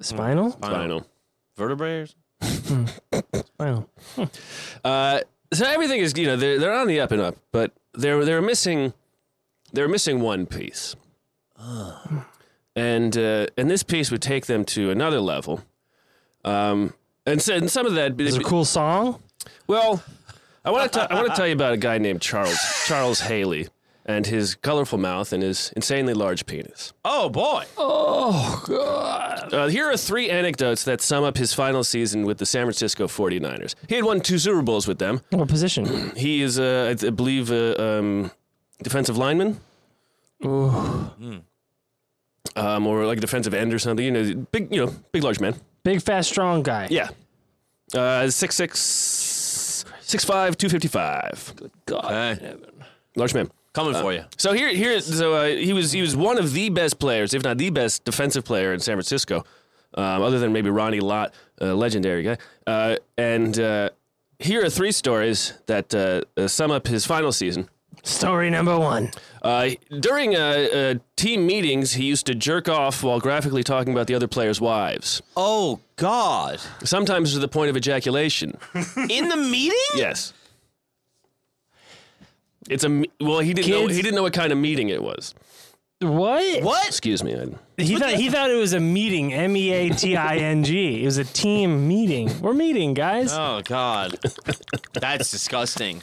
Spinal, Spinal. Vertebrae. spinal. Uh, so everything is, you know, they're they're on the up and up, but they're they're missing they're missing one piece. And uh, and this piece would take them to another level. Um, and, so, and some of that It's a cool song. Well, I want to I want to tell you about a guy named Charles Charles Haley and his colorful mouth and his insanely large penis. Oh, Oh boy. Uh, here are three anecdotes that sum up his final season with the San Francisco 49ers. He had won two Super Bowls with them. What position? <clears throat> He is, uh, I th- I believe, a um, defensive lineman um, or like a defensive end or something. You know, big, you know, big, large man. Big, fast, strong guy. Yeah. Uh, 6'6", 6'5", 255. Good God. Large man. Coming for you. So here, here, so uh, he was he was one of the best players, if not the best defensive player in San Francisco, um, other than maybe Ronnie Lott, uh, legendary guy. Uh, and uh, here are three stories that uh, uh, sum up his final season. Story number one. Uh, during uh, uh, team meetings, he used to jerk off while graphically talking about the other players' wives, Oh God! sometimes to the point of ejaculation. In the meeting? yes. It's a me- well. He didn't know. Kids- He didn't know what kind of meeting it was. <laughs> What? What? Excuse me. I- He thought he thought it was a meeting. M e a t i n g. It was a team meeting. We're meeting, guys. Oh <laughs> God! That's disgusting.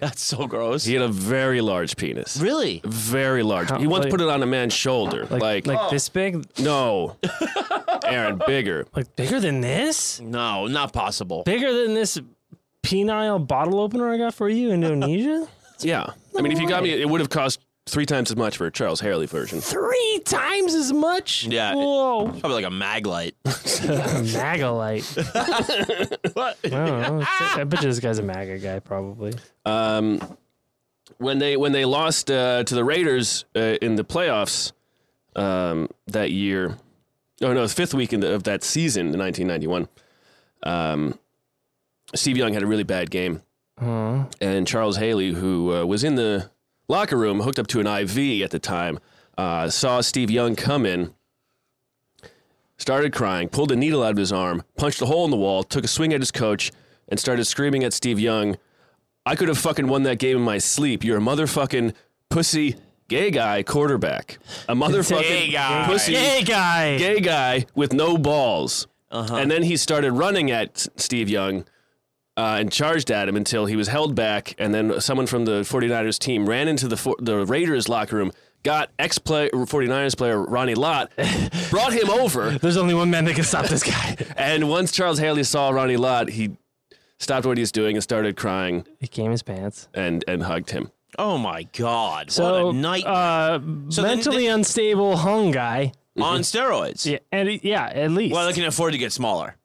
That's so gross. He had a very large penis. Really? Very large. How- he once like- put it on a man's shoulder. Like, like, like this big, no, Aaron, bigger. like bigger than this, No, not possible. bigger than this penile bottle opener I got for you, Indonesia. Yeah. I mean, if you got me, it would have cost three times as much for a Charles Haley version. Three times as much. Yeah. <laughs> Whoa. Probably like a mag light. MAGA light. <laughs> what? I don't know. I bet you this guy's a MAGA guy, probably. Um, when they when they lost uh, to the Raiders uh, in the playoffs um, that year, oh no, the fifth week in the, of that season in 1991, um, Steve Young had a really bad game. Uh-huh. Huh. and Charles Haley, who uh, was in the locker room, hooked up to an IV at the time, uh, saw Steve Young come in, started crying, pulled a needle out of his arm, punched a hole in the wall, took a swing at his coach, and started screaming at Steve Young, I could have fucking won that game in my sleep. You're a motherfucking pussy gay guy quarterback. A <laughs> motherfucking Gay guy. pussy Gay guy. gay guy with no balls. And then he started running at S- Steve Young uh, and charged at him until he was held back. And then someone from the 49ers team ran into the, for- the Raiders locker room, got ex 49ers player Ronnie Lott, brought him over. There's only one man that can stop this guy. And once Charles Haley saw Ronnie Lott, he stopped what he was doing and started crying <laughs> he came his pants. and, and hugged him. Oh my God! So, what a night Uh, So then the- mentally unstable hung guy. on steroids. Yeah, and he- yeah, at least. Well, they can afford to get smaller,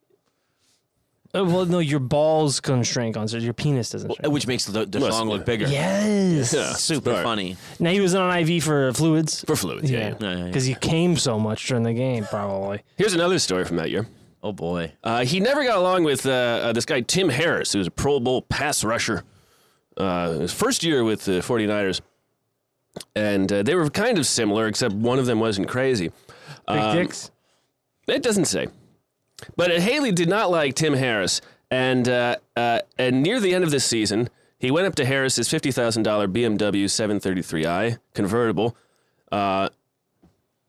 Uh, well, no, your balls couldn't shrink on, so your penis doesn't shrink. which makes the, the Must- song look bigger. yes. Yeah. Super Right. funny. Now he was on IV for fluids. For fluids, yeah. yeah. yeah, yeah. Because he came so much during the game, probably. Here's another story from that year. Oh boy. Uh, he never got along with uh, uh, this guy, Tim Harris, who was a Pro Bowl pass rusher. Uh, his first year with the 49ers. And uh, they were kind of similar, except one of them wasn't crazy. Big Um, dicks. It doesn't say. But uh, Haley did not like Tim Harris. And, uh, uh, and near the end of this season, he went up to Harris's $50,000 BMW 733i convertible, uh,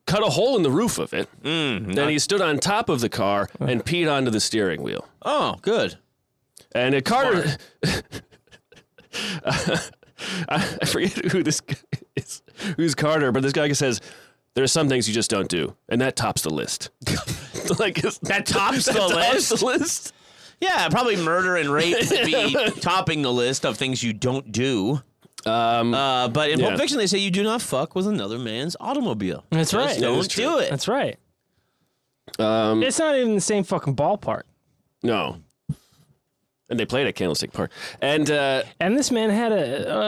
cut a hole in the roof of it. then he stood on top of the car and peed onto the steering wheel. Oh, good. And uh, Carter, <laughs> I I forget who this guy is, who's Carter, but this guy says there are some things you just don't do, and that tops the list. <laughs> like it's- That tops the tops list? the list. Yeah, probably murder and rape would <laughs> be topping the list of things you don't do. Um, Uh, but in Yeah. Pulp Fiction, they say you do not fuck with another man's automobile. That's Just right. That is Don't true. do it. That's right. um, It's not even the same fucking ballpark. no. And they played at Candlestick Park, and uh, And this man had a, uh,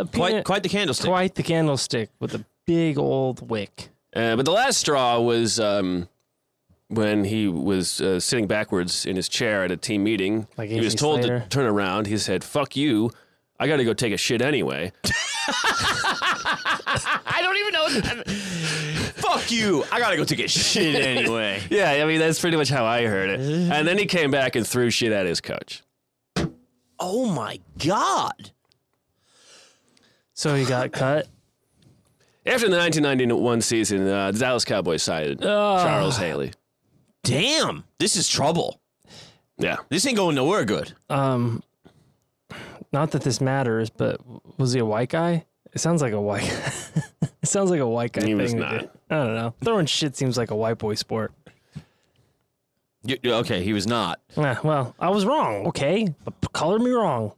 a peanut- quite, quite the candlestick. quite the candlestick with a big old wick. uh, but the last straw was um, when he was uh, sitting backwards in his chair at a team meeting. Like he was A.J. told Slater. to turn around. He said, "Fuck you." I got to go take a shit anyway. I don't even know. What that- fuck you. I gotta go take a <laughs> shit anyway. Yeah, I mean that's pretty much how I heard it. And then he came back and threw shit at his coach. oh my god. So he <laughs> got cut. After the 1991 season, uh, the Dallas Cowboys signed Ah. Charles Haley. Damn. This is trouble. Yeah, This ain't going nowhere good. Um, not that this matters, but was he a white guy? It sounds like a white. <laughs> it sounds like a white guy. He thing was to not. do. I don't know. Throwing shit seems like a white boy sport. You- you- okay, he was not. Ah, well, I was wrong. Okay, but p- color me wrong.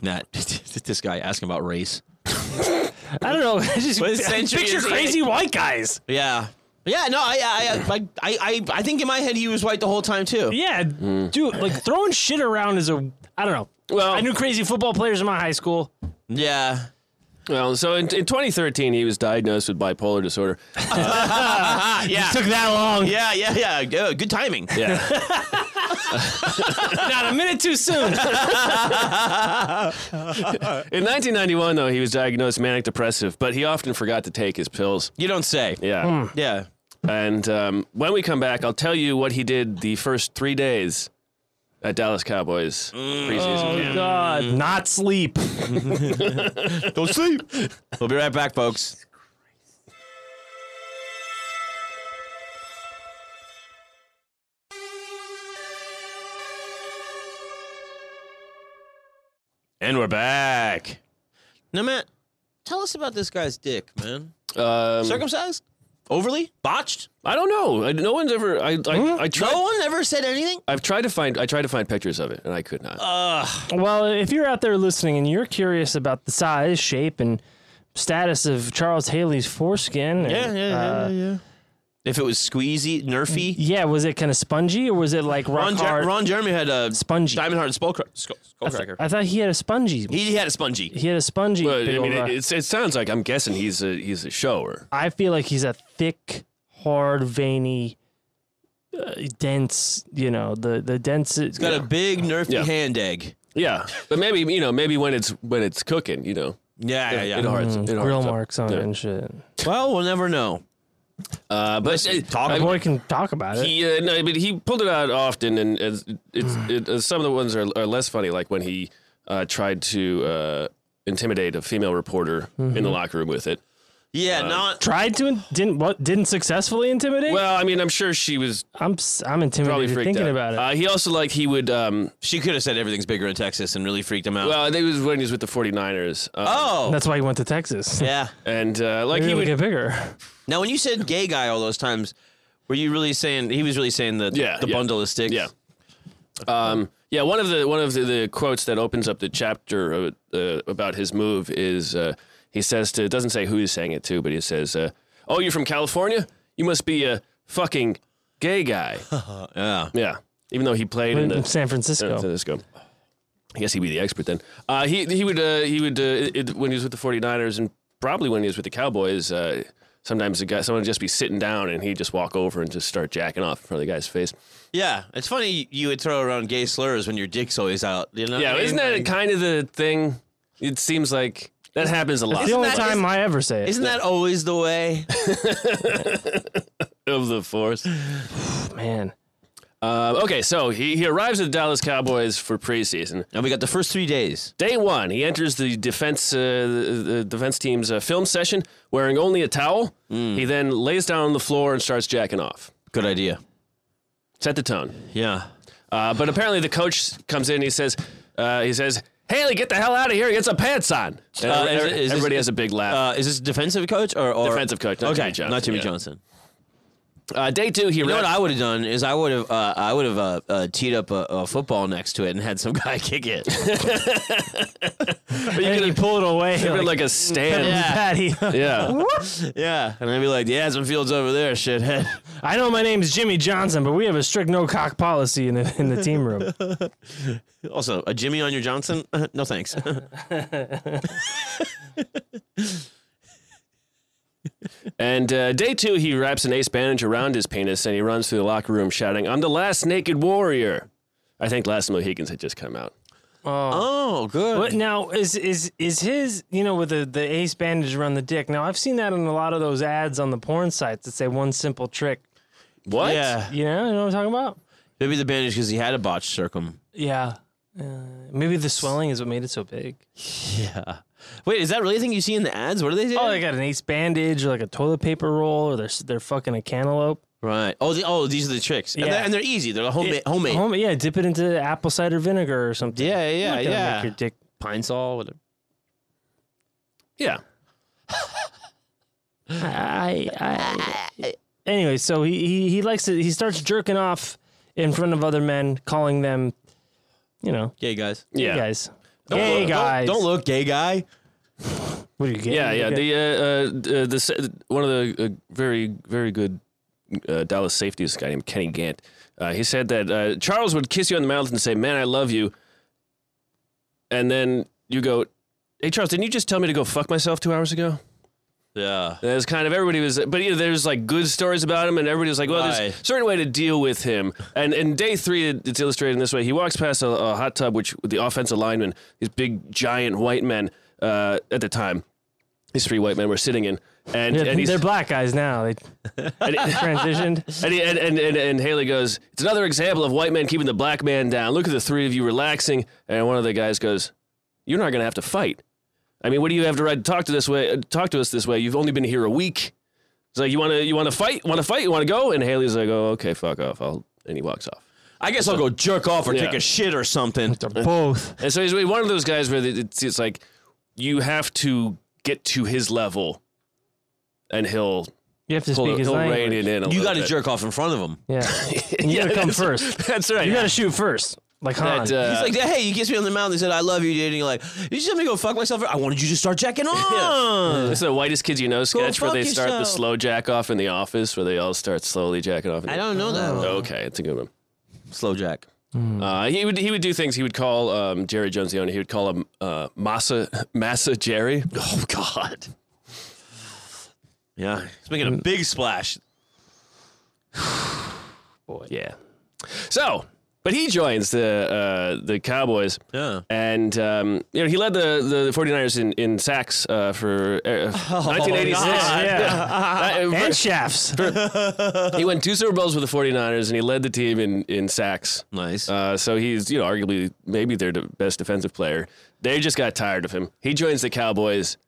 Not <laughs> this guy asking about race. I don't know. <laughs> I just What I century picture is he crazy white guys. Yeah. Yeah, no, I, I, I, I, I, I think in my head he was white the whole time too. Yeah, dude, like throwing shit around is a. I don't know. Well- I knew crazy football players in my high school. Yeah. Well, so in, in 2013, he was diagnosed with bipolar disorder. Ah, <laughs> yeah. Took that long. yeah, yeah, yeah, yeah. Good timing. Yeah. Not a minute too soon. in 1991, though, he was diagnosed manic depressive, but he often forgot to take his pills. You don't say. Yeah. Hmm. Yeah. And um, when we come back, I'll tell you what he did the first three days at Dallas Cowboys Mm. preseason oh camp. God. Not sleep. Don't sleep. we'll be right back, folks. And we're back. Now, Matt, tell us about this guy's dick, man. Um, Circumcised? Overly? Botched? I don't know. I, no one's ever. I, I, I tried. No one ever said anything? I've tried to find. I tried to find pictures of it, and I could not. Uh, Well, if you're out there listening and you're curious about the size, shape, and status of Charles Haley's foreskin, and, uh, yeah. If it was squeezy, nerfy. yeah, was it kind of spongy or was it like rock Ron, Jer- Mm. hard? Ron Jeremy had a spongy. diamond hard skull, cra- skull, skull cracker. I thought he had a spongy. He, He, he had a spongy. had a spongy. but big I old mean, rock. it, it's, it sounds like I'm guessing he's a he's a shower. I feel like he's a thick, hard, veiny, uh, dense. You know, the the dense. He's Got a big nerfy Yeah. hand egg. Yeah, but maybe you know maybe when it's when it's cooking, you know. Yeah, yeah, yeah. It hurts. It hurts. grill marks on Yeah. it and shit. Well, we'll never know. Uh, but talk I- My boy can talk about it. He, uh, no, but he pulled it out often, and as it's, it, uh, some of the ones are, are less funny, like when he uh, tried to uh, intimidate a female reporter in the locker room with it. Yeah, Uh, not. Tried to in- didn't what didn't successfully intimidate. Well, I mean, I'm sure she was I'm s- I'm probably intimidated freaked thinking out. about it. Uh, he also like he would. Um, She could have said everything's bigger in Texas and really freaked him out. well, I think it was when he was with the 49ers. Um, oh, That's why he went to Texas. yeah. and uh, like Maybe he it'll would. get bigger. <laughs> Now, when you said gay guy all those times, were you really saying he was really saying the Yeah, the yeah. bundle of sticks? Yeah. Um, yeah, one of the one of the, the quotes that opens up the chapter uh, uh, about his move is uh, he says to it doesn't say who he's saying it to, but he says, uh, "Oh, you're from California? You must be a fucking gay guy." Uh, yeah. yeah, even though he played in <laughs> in the San Francisco. San Francisco. I guess he'd be the expert then. Uh, he he would uh, he would uh, it, when he was with the 49ers and probably when he was with the Cowboys. Uh, sometimes the guy someone would just be sitting down and he'd just walk over and just start jacking off in front of the guy's face. Yeah, it's funny you would throw around gay slurs when your dick's always out. You know? Yeah, isn't that kind of the thing? It seems like that happens a lot the only that- time isn't- I ever say it. Isn't that always the way? <laughs> of the force. Man, Uh, okay, so he, he arrives at the Dallas Cowboys for preseason. and we got the first three days. Day one, he enters the defense uh, the, the defense team's uh, film session wearing only a towel. Hmm. He then lays down on the floor and starts jacking off. Good idea. Set the tone. Yeah. Uh, but apparently, the coach comes in. and He says, uh, "He says, Haley, get the hell out of here. Get some pants on." And Uh, every- is- is this- everybody has a big Uh, laugh. is this defensive coach or, or Defensive coach, not okay, Jimmy Johnson, not Jimmy yeah. Johnson. Uh, day two, he You know ran- what I would have done is I would have uh, I would have uh, uh, teed up a, a football next to it and had some <laughs> guy kick it. and <laughs> then you pull it away. Give <laughs> it Like, like a stand. Heavenly Yeah. <laughs> Patty. yeah. yeah, and I'd be like, yeah, some fields over there, shithead. <laughs> <laughs> I know my name's Jimmy Johnson, but we have a strict no cock policy in the in the team <laughs> room. Also, a Jimmy on your Johnson? <laughs> no thanks. And uh, day two, he wraps an ace bandage around his penis and he runs through the locker room shouting, I'm the last naked warrior. I think Last Mohicans had just come out. oh, good. But now is is is his you know with the the ace bandage around the dick? Now I've seen that in a lot of those ads on the porn sites that say one simple trick. What? Yeah, You know, you know what I'm talking about? maybe the bandage because he had a botched circum. Yeah. Uh, maybe the swelling is what made it so big. Yeah. Wait, is that really a thing you see in the ads? What do they do? Oh, they got an ace bandage or like a toilet paper roll, or they're s- they're fucking a cantaloupe. right. Oh, the, oh, these are the tricks, and, Yeah. they're, and they're easy. They're homemade. homemade. Home, yeah, dip it into apple cider vinegar or something. Yeah, yeah, Not gonna yeah. Make your dick. Pine Sol, whatever. Yeah. I, I, Anyway, so he, he he likes to he starts jerking off in front of other men, calling them, you know, Gay guys. Yeah. guys. Don't Gay look- don't- guys. Don't, look, gay guy. What are you gay? Yeah, yeah. You're gay. The uh, uh, uh, the s- uh, one of the uh, very very good uh, Dallas safeties, a guy named Kenny Gant. Uh, he said that uh, Charles would kiss you on the mouth and say, "Man, I love you," and then you go, Hey Charles, didn't you just tell me to go fuck myself two hours ago? Yeah. It was kind of everybody was, but you know, there's like good stories about him, and everybody was like, well, there's Right. a certain way to deal with him. And in day three, it- it's illustrated in this way: he walks past a, a hot tub, which the offensive linemen, these big giant white men uh, at the time, these three white men were sitting in, and Yeah, and he's. they're black guys now. They and <laughs> he- transitioned. And, he, and, and, and, and Haley goes, It's another example of white men keeping the black man down. Look at the three of you relaxing. And one of the guys goes, You're not going to have to fight. I mean, what do you have to right to talk to this way? uh, Talk to us this way. You've only been here a week. It's like you want to you want to fight, want to fight, you want to go. And Haley's like, "Oh, okay, fuck off." I'll, and he walks off. I guess I'll go jerk off or Yeah. take a shit or something. Both. And so he's one of those guys where it's, it's like you have to get to his level, and he'll You have to pull, speak his he'll rein language. it in. A <laughs> You got to jerk off in front of him. Yeah. <laughs> And you gotta come that's- first. That's right. You gotta shoot first. Like Han. That, uh, He's like, hey, you kissed me on the mouth. He said, I love you, dude. And you're like, you just let me go fuck myself. I wanted you to start jacking on. It's the whitest kids you know sketch where fuck they start the yourself. slow jack off in the office where they all start slowly jacking off. in I the- Oh. don't know that. one. Okay, it's a good one. Slow jack. Uh, he would he would do things. He would call um, Jerry Jones the owner. He would call him uh, Massa Massa <laughs> Jerry. Oh God. Yeah. Mm. He's making a big splash. Yeah. So, but he joins the uh, the Cowboys. Yeah. And um, you know he led the, the 49ers in in sacks uh, for <laughs> uh, 1986. Oh, God. <laughs> That- And shafts. Uh, he went two Super Bowls with the 49ers and he led the team in in sacks. Nice. Uh, so he's, you know, arguably maybe their de- best defensive player. They just got tired of him. He joins the Cowboys.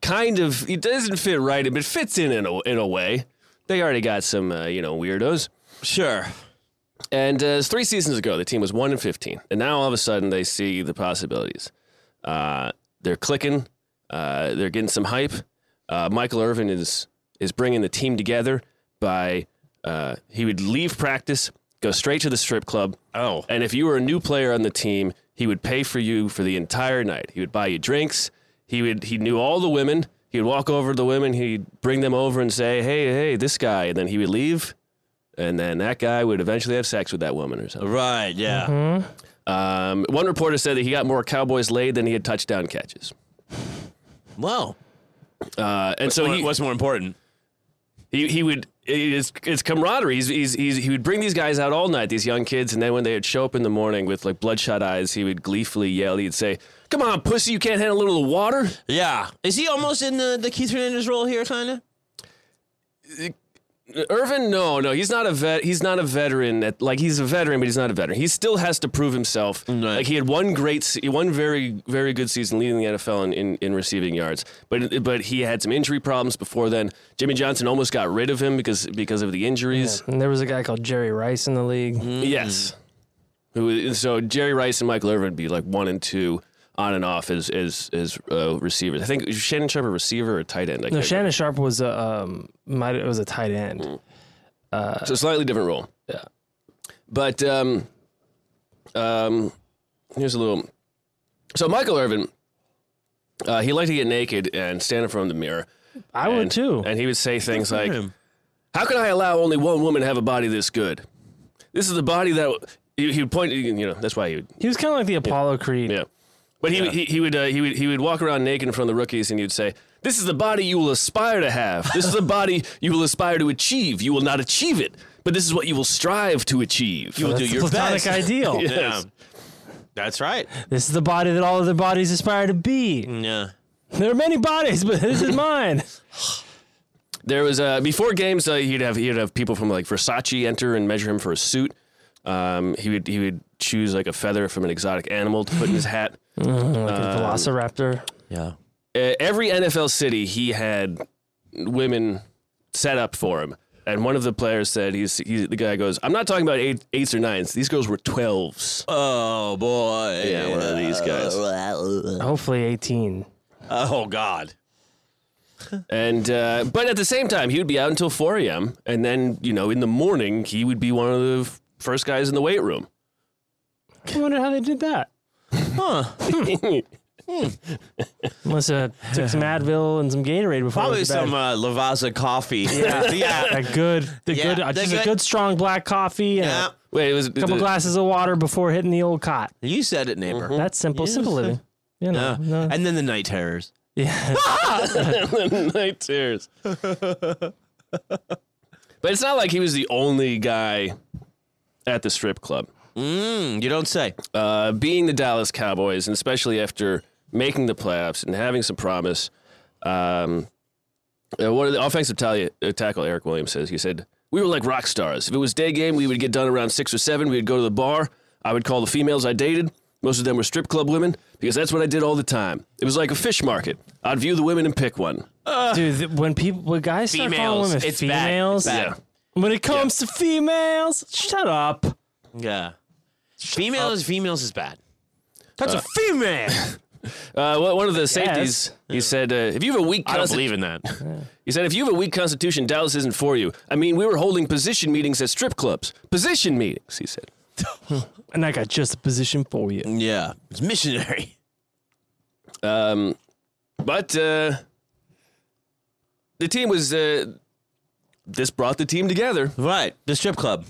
Kind of, he doesn't fit right in, but fits in in a, in a way. They already got some, uh, you know, weirdos. sure. And uh, it was three seasons ago, the team was one and fifteen, and now all of a sudden they see the possibilities. Uh, they're clicking. Uh, they're getting some hype. Uh, Michael Irvin is is bringing the team together by uh, he would leave practice, go straight to the strip club. Oh. And if you were a new player on the team, he would pay for you for the entire night. He would buy you drinks. He would he knew all the women. He would walk over to the women. He'd bring them over and say, "Hey, hey, this guy," and then he would leave. And then that guy would eventually have sex with that woman or something. Right. Yeah. Um, one reporter said that he got more Cowboys laid than he had touchdown catches. Wow. Uh, and so So he, what's more important? he he would it's, it's camaraderie. He's, he's, he's, he would bring these guys out all night, these young kids, and then when they would show up in the morning with like bloodshot eyes, he would gleefully yell. He'd say, "Come on, pussy, you can't handle a little water." Yeah. Is he almost in the, the Keith Hernandez role here, kind of? Irvin, no, no, he's not a vet. He's not a veteran. At, like he's a veteran, but he's not a veteran. He still has to prove himself. Right. Like he had one great, se- one very, very good season leading the NFL in, in, in receiving yards. But but he had some injury problems before then. Jimmy Johnson almost got rid of him because because of the injuries. And there was a guy called Jerry Rice in the league. Mm-hmm. Yes. Mm-hmm. Who? So Jerry Rice and Michael Irvin would be like one and two on and off as as as uh, receivers. I think is Shannon Sharp a receiver or tight end. I No, can't Shannon Sharp was a um, might it was a tight end. So slightly different role. Yeah. But um, um, here's a little. So Michael Irvin, uh, he liked to get naked and stand in front of the mirror. I and, would Oh, too. And he would say things like, him. "How can I allow only one woman to have a body this good? This is the body that." He he would point, you know, that's why he would He was kind of like the Apollo Creed. yeah. But he, he, he would uh, he would he would walk around naked in front of the rookies and he'd say, "This is the body you will aspire to have. This is the body you will aspire to achieve. You will not achieve it, but this is what you will strive to achieve." You will do That's the your platonic best. <laughs> ideal. Yeah. That's right. This is the body that all other bodies aspire to be. Yeah. There are many bodies, but this is mine. There was uh, before games uh, he'd have he'd have people from like Versace enter and measure him for a suit. Um, he would he would choose like a feather from an exotic animal to put in his hat. like a velociraptor. Yeah. uh, every NFL city he had women set up for him. And one of the players said, he's, he, the guy goes, I'm not talking about eight, eights or nines. These girls were 12s. Oh boy. Yeah, one of these guys. Hopefully 18. <laughs> Oh God. And, uh, but at the same time, he would be out until 4 a.m. And then, you know, in the morning, he would be one of the f- first guys in the weight room. I wonder how they did that. Huh. Must have took some Advil and some Gatorade before. Probably it was bad. some uh, Lavazza coffee. <laughs> Yeah. yeah. that good, the Yeah, good, uh, the just good- a good strong black coffee and Yeah. Wait, it was a couple the- glasses of water before hitting the old cot. You said it, neighbor. That's simple, simple living. You know, Uh, no. <laughs> And then the night terrors. yeah. <laughs> Night tears. but it's not like he was the only guy at the strip club. Mm, you don't say. Uh, being the Dallas Cowboys, and especially after making the playoffs and having some promise, um, uh, one of the offensive tally, uh, tackle Eric Williams says, he said, "We were like rock stars. If it was day game, we would get done around six or seven. We would go to the bar. I would call the females I dated. Most of them were strip club women because that's what I did all the time. It was like a fish market. I'd view the women and pick one. Dude, th- when people, when guys start calling Females. women It's bad. females, Bad. Yeah." when it comes to females, shut up. Yeah. Females, females is bad. That's a female. Uh, well, one of the safeties, he said, uh, if you have a weak, I don't consti- believe in that. he said, if you have a weak constitution, Dallas isn't for you. I mean, we were holding position meetings at strip clubs. Position meetings, he said. And I got just a position for you. yeah. It's missionary. Um, but uh, the team was. Uh, this brought the team together, <laughs> Right. The strip club.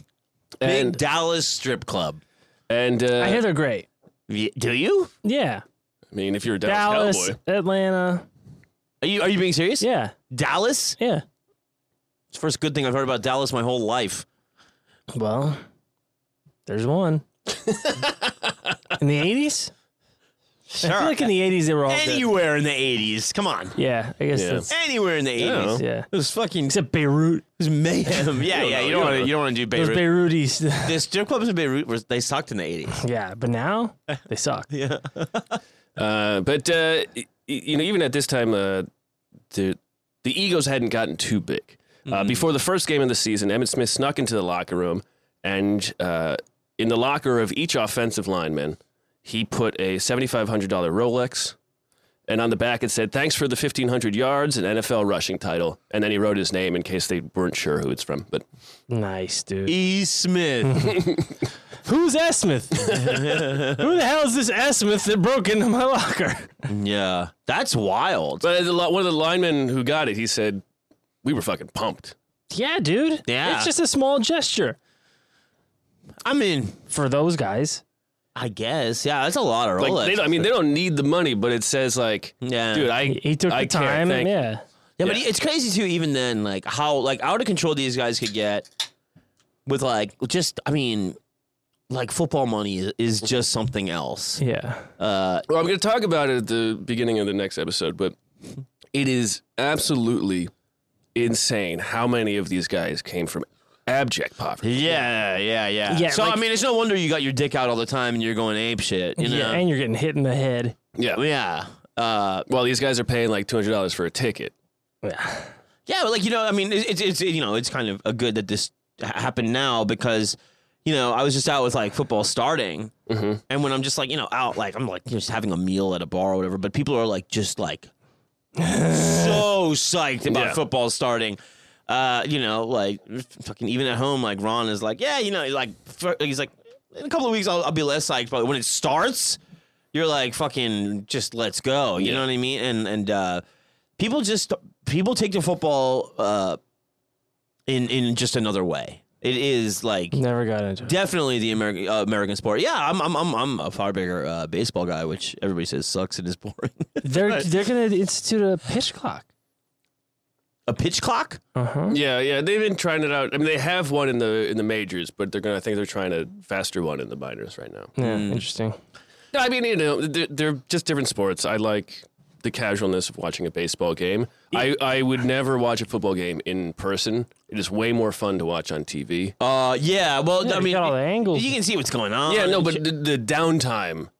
Big and Dallas strip club. and uh, I I, hear they're great. Y- do you? Yeah. mean, if you're a Dallas, Dallas, Cowboy, Atlanta. Are you are you being serious? Yeah. Dallas? Yeah. It's the first good thing I've heard about Dallas my whole life. Well, <laughs> there's one. in the 80s? I Sure. feel like in the 80s they were all <laughs> good. Anywhere in the 80s. Come on. Yeah, I guess Yeah. that's. Anywhere in the 80s. know. Yeah. It was fucking it Except Beirut. was mayhem. <laughs> yeah, yeah. know, You don't you don't want to know. you don't want to do Those Beirut. Beirutis. <laughs> the strip clubs in Beirut were they sucked in the <laughs> 80s. yeah, but now they suck. <laughs> uh, but uh, y- you know, even at this time, uh, the the egos hadn't gotten too big. Uh, before the first game of the season, Emmett Smith snuck into the locker room, and uh, in the locker of each offensive lineman, he put a seventy five hundred dollar Rolex, and on the back it said, "Thanks for the fifteen hundred yards and NFL rushing title." And then he wrote his name in case they weren't sure who it's from. But Nice, dude. E. Smith. Who's Esmith? <laughs> Who the hell is this Esmith that broke into my locker? <laughs> yeah. That's wild. but the, li- one of the linemen who got it, he said, "We were fucking pumped." Yeah, dude. Yeah. It's just a small gesture I mean, for those guys. I guess. Yeah, that's a lot of Rolex. Like they, don't- I mean, they don't need the money, but it says like, Yeah. dude, I He, he took I the time. Care, thank you." yeah. Yeah, but it's crazy too. Even then, like how like out of control these guys could get with like just I mean, like football money is, is just something else. Yeah. Uh, Well, I'm going to talk about it at the beginning of the next episode, but it is absolutely insane how many of these guys came from abject poverty. yeah, yeah, yeah. Yeah, so I like- mean, it's no wonder you got your dick out all the time and you're going ape shit. You know? yeah. And you're getting hit in the head. Yeah. yeah. Uh, Well, these guys are paying like $200 for a ticket. Yeah. Yeah, but like you know, I mean, it- it's it's you know, it's kind of a good that this ha- happened now because you know I was just out with like football starting, and when I'm just like you know out like I'm like just having a meal at a bar or whatever, but people are like just like so psyched about Yeah. football starting. Uh, you know, like fucking even at home, like Ron is like, yeah, you know, like f- he's like, in a couple of weeks I'll, I'll be less psyched, but when it starts, you're like fucking just let's go. You know what I mean? And and uh, people just people take to football uh, in in just another way. It is like Never got into it. definitely the American uh, American sport. Yeah, I'm I'm I'm I'm a far bigger uh, baseball guy, which everybody says sucks and is boring. <laughs> They're, they're going to institute a pitch clock. a pitch clock? Uh huh. Yeah, yeah, they've been trying it out. I mean, they have one in the in the majors, but they're going to I think they're trying a faster one in the minors right now. Yeah. Interesting. No, I mean, you know, they're, they're just different sports. I like the casualness of watching a baseball game. I, I would never watch a football game in person. It is way more fun to watch on TV. Uh, yeah. Well, Yeah, I you mean, got all the angles. you can see what's going on. yeah, no, but the, the downtime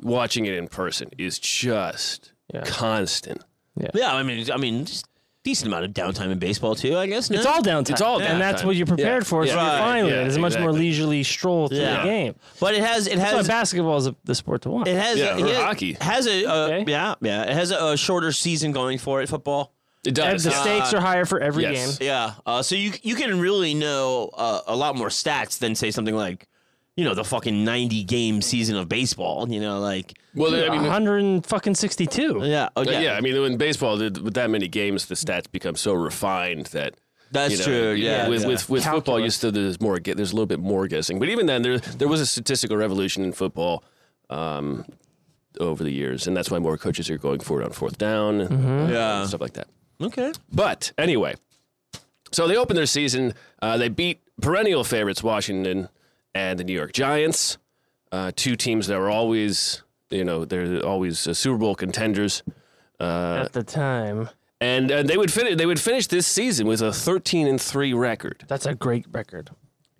watching it in person is just Yeah. constant. yeah. I mean, I mean, just decent amount of downtime in baseball too. I guess. No? It's all downtime. It's all And that's downtime. what you're prepared Yeah. for. So Yeah. you're Right. fine with Yeah, it. It's a much more exactly. leisurely stroll through Yeah. the game. but it has it That's has why basketball is the sport to watch. It has Yeah, a, it or has- hockey. has a uh, Okay. yeah yeah it has a, a shorter season going for it football. It And does. the yeah. stakes are higher for every yes. game. Yeah, uh, so you you can really know uh, a lot more stats than say something like you know the fucking ninety game season of baseball. You know, like well, I mean, uh, 162. yeah, oh, yeah. yeah, I mean, in baseball, the- with that many games, the stats become so refined that. that's you know, true. you- Yeah, with yeah. with, with football, you Calculus. still there's more. gu- There's a little bit more guessing, but even then, there there was a statistical revolution in football. Um, over the years, and that's why more coaches are going for it on fourth down, and Mm-hmm. uh, Yeah. stuff like that. Okay. But anyway, so they opened their season. Uh, they beat perennial favorites Washington and the New York Giants, uh, two teams that were always, you know, they're always uh, Super Bowl contenders. Uh, at the time. and uh, they would finish. They would finish this season with a 13 and three record. That's a great record.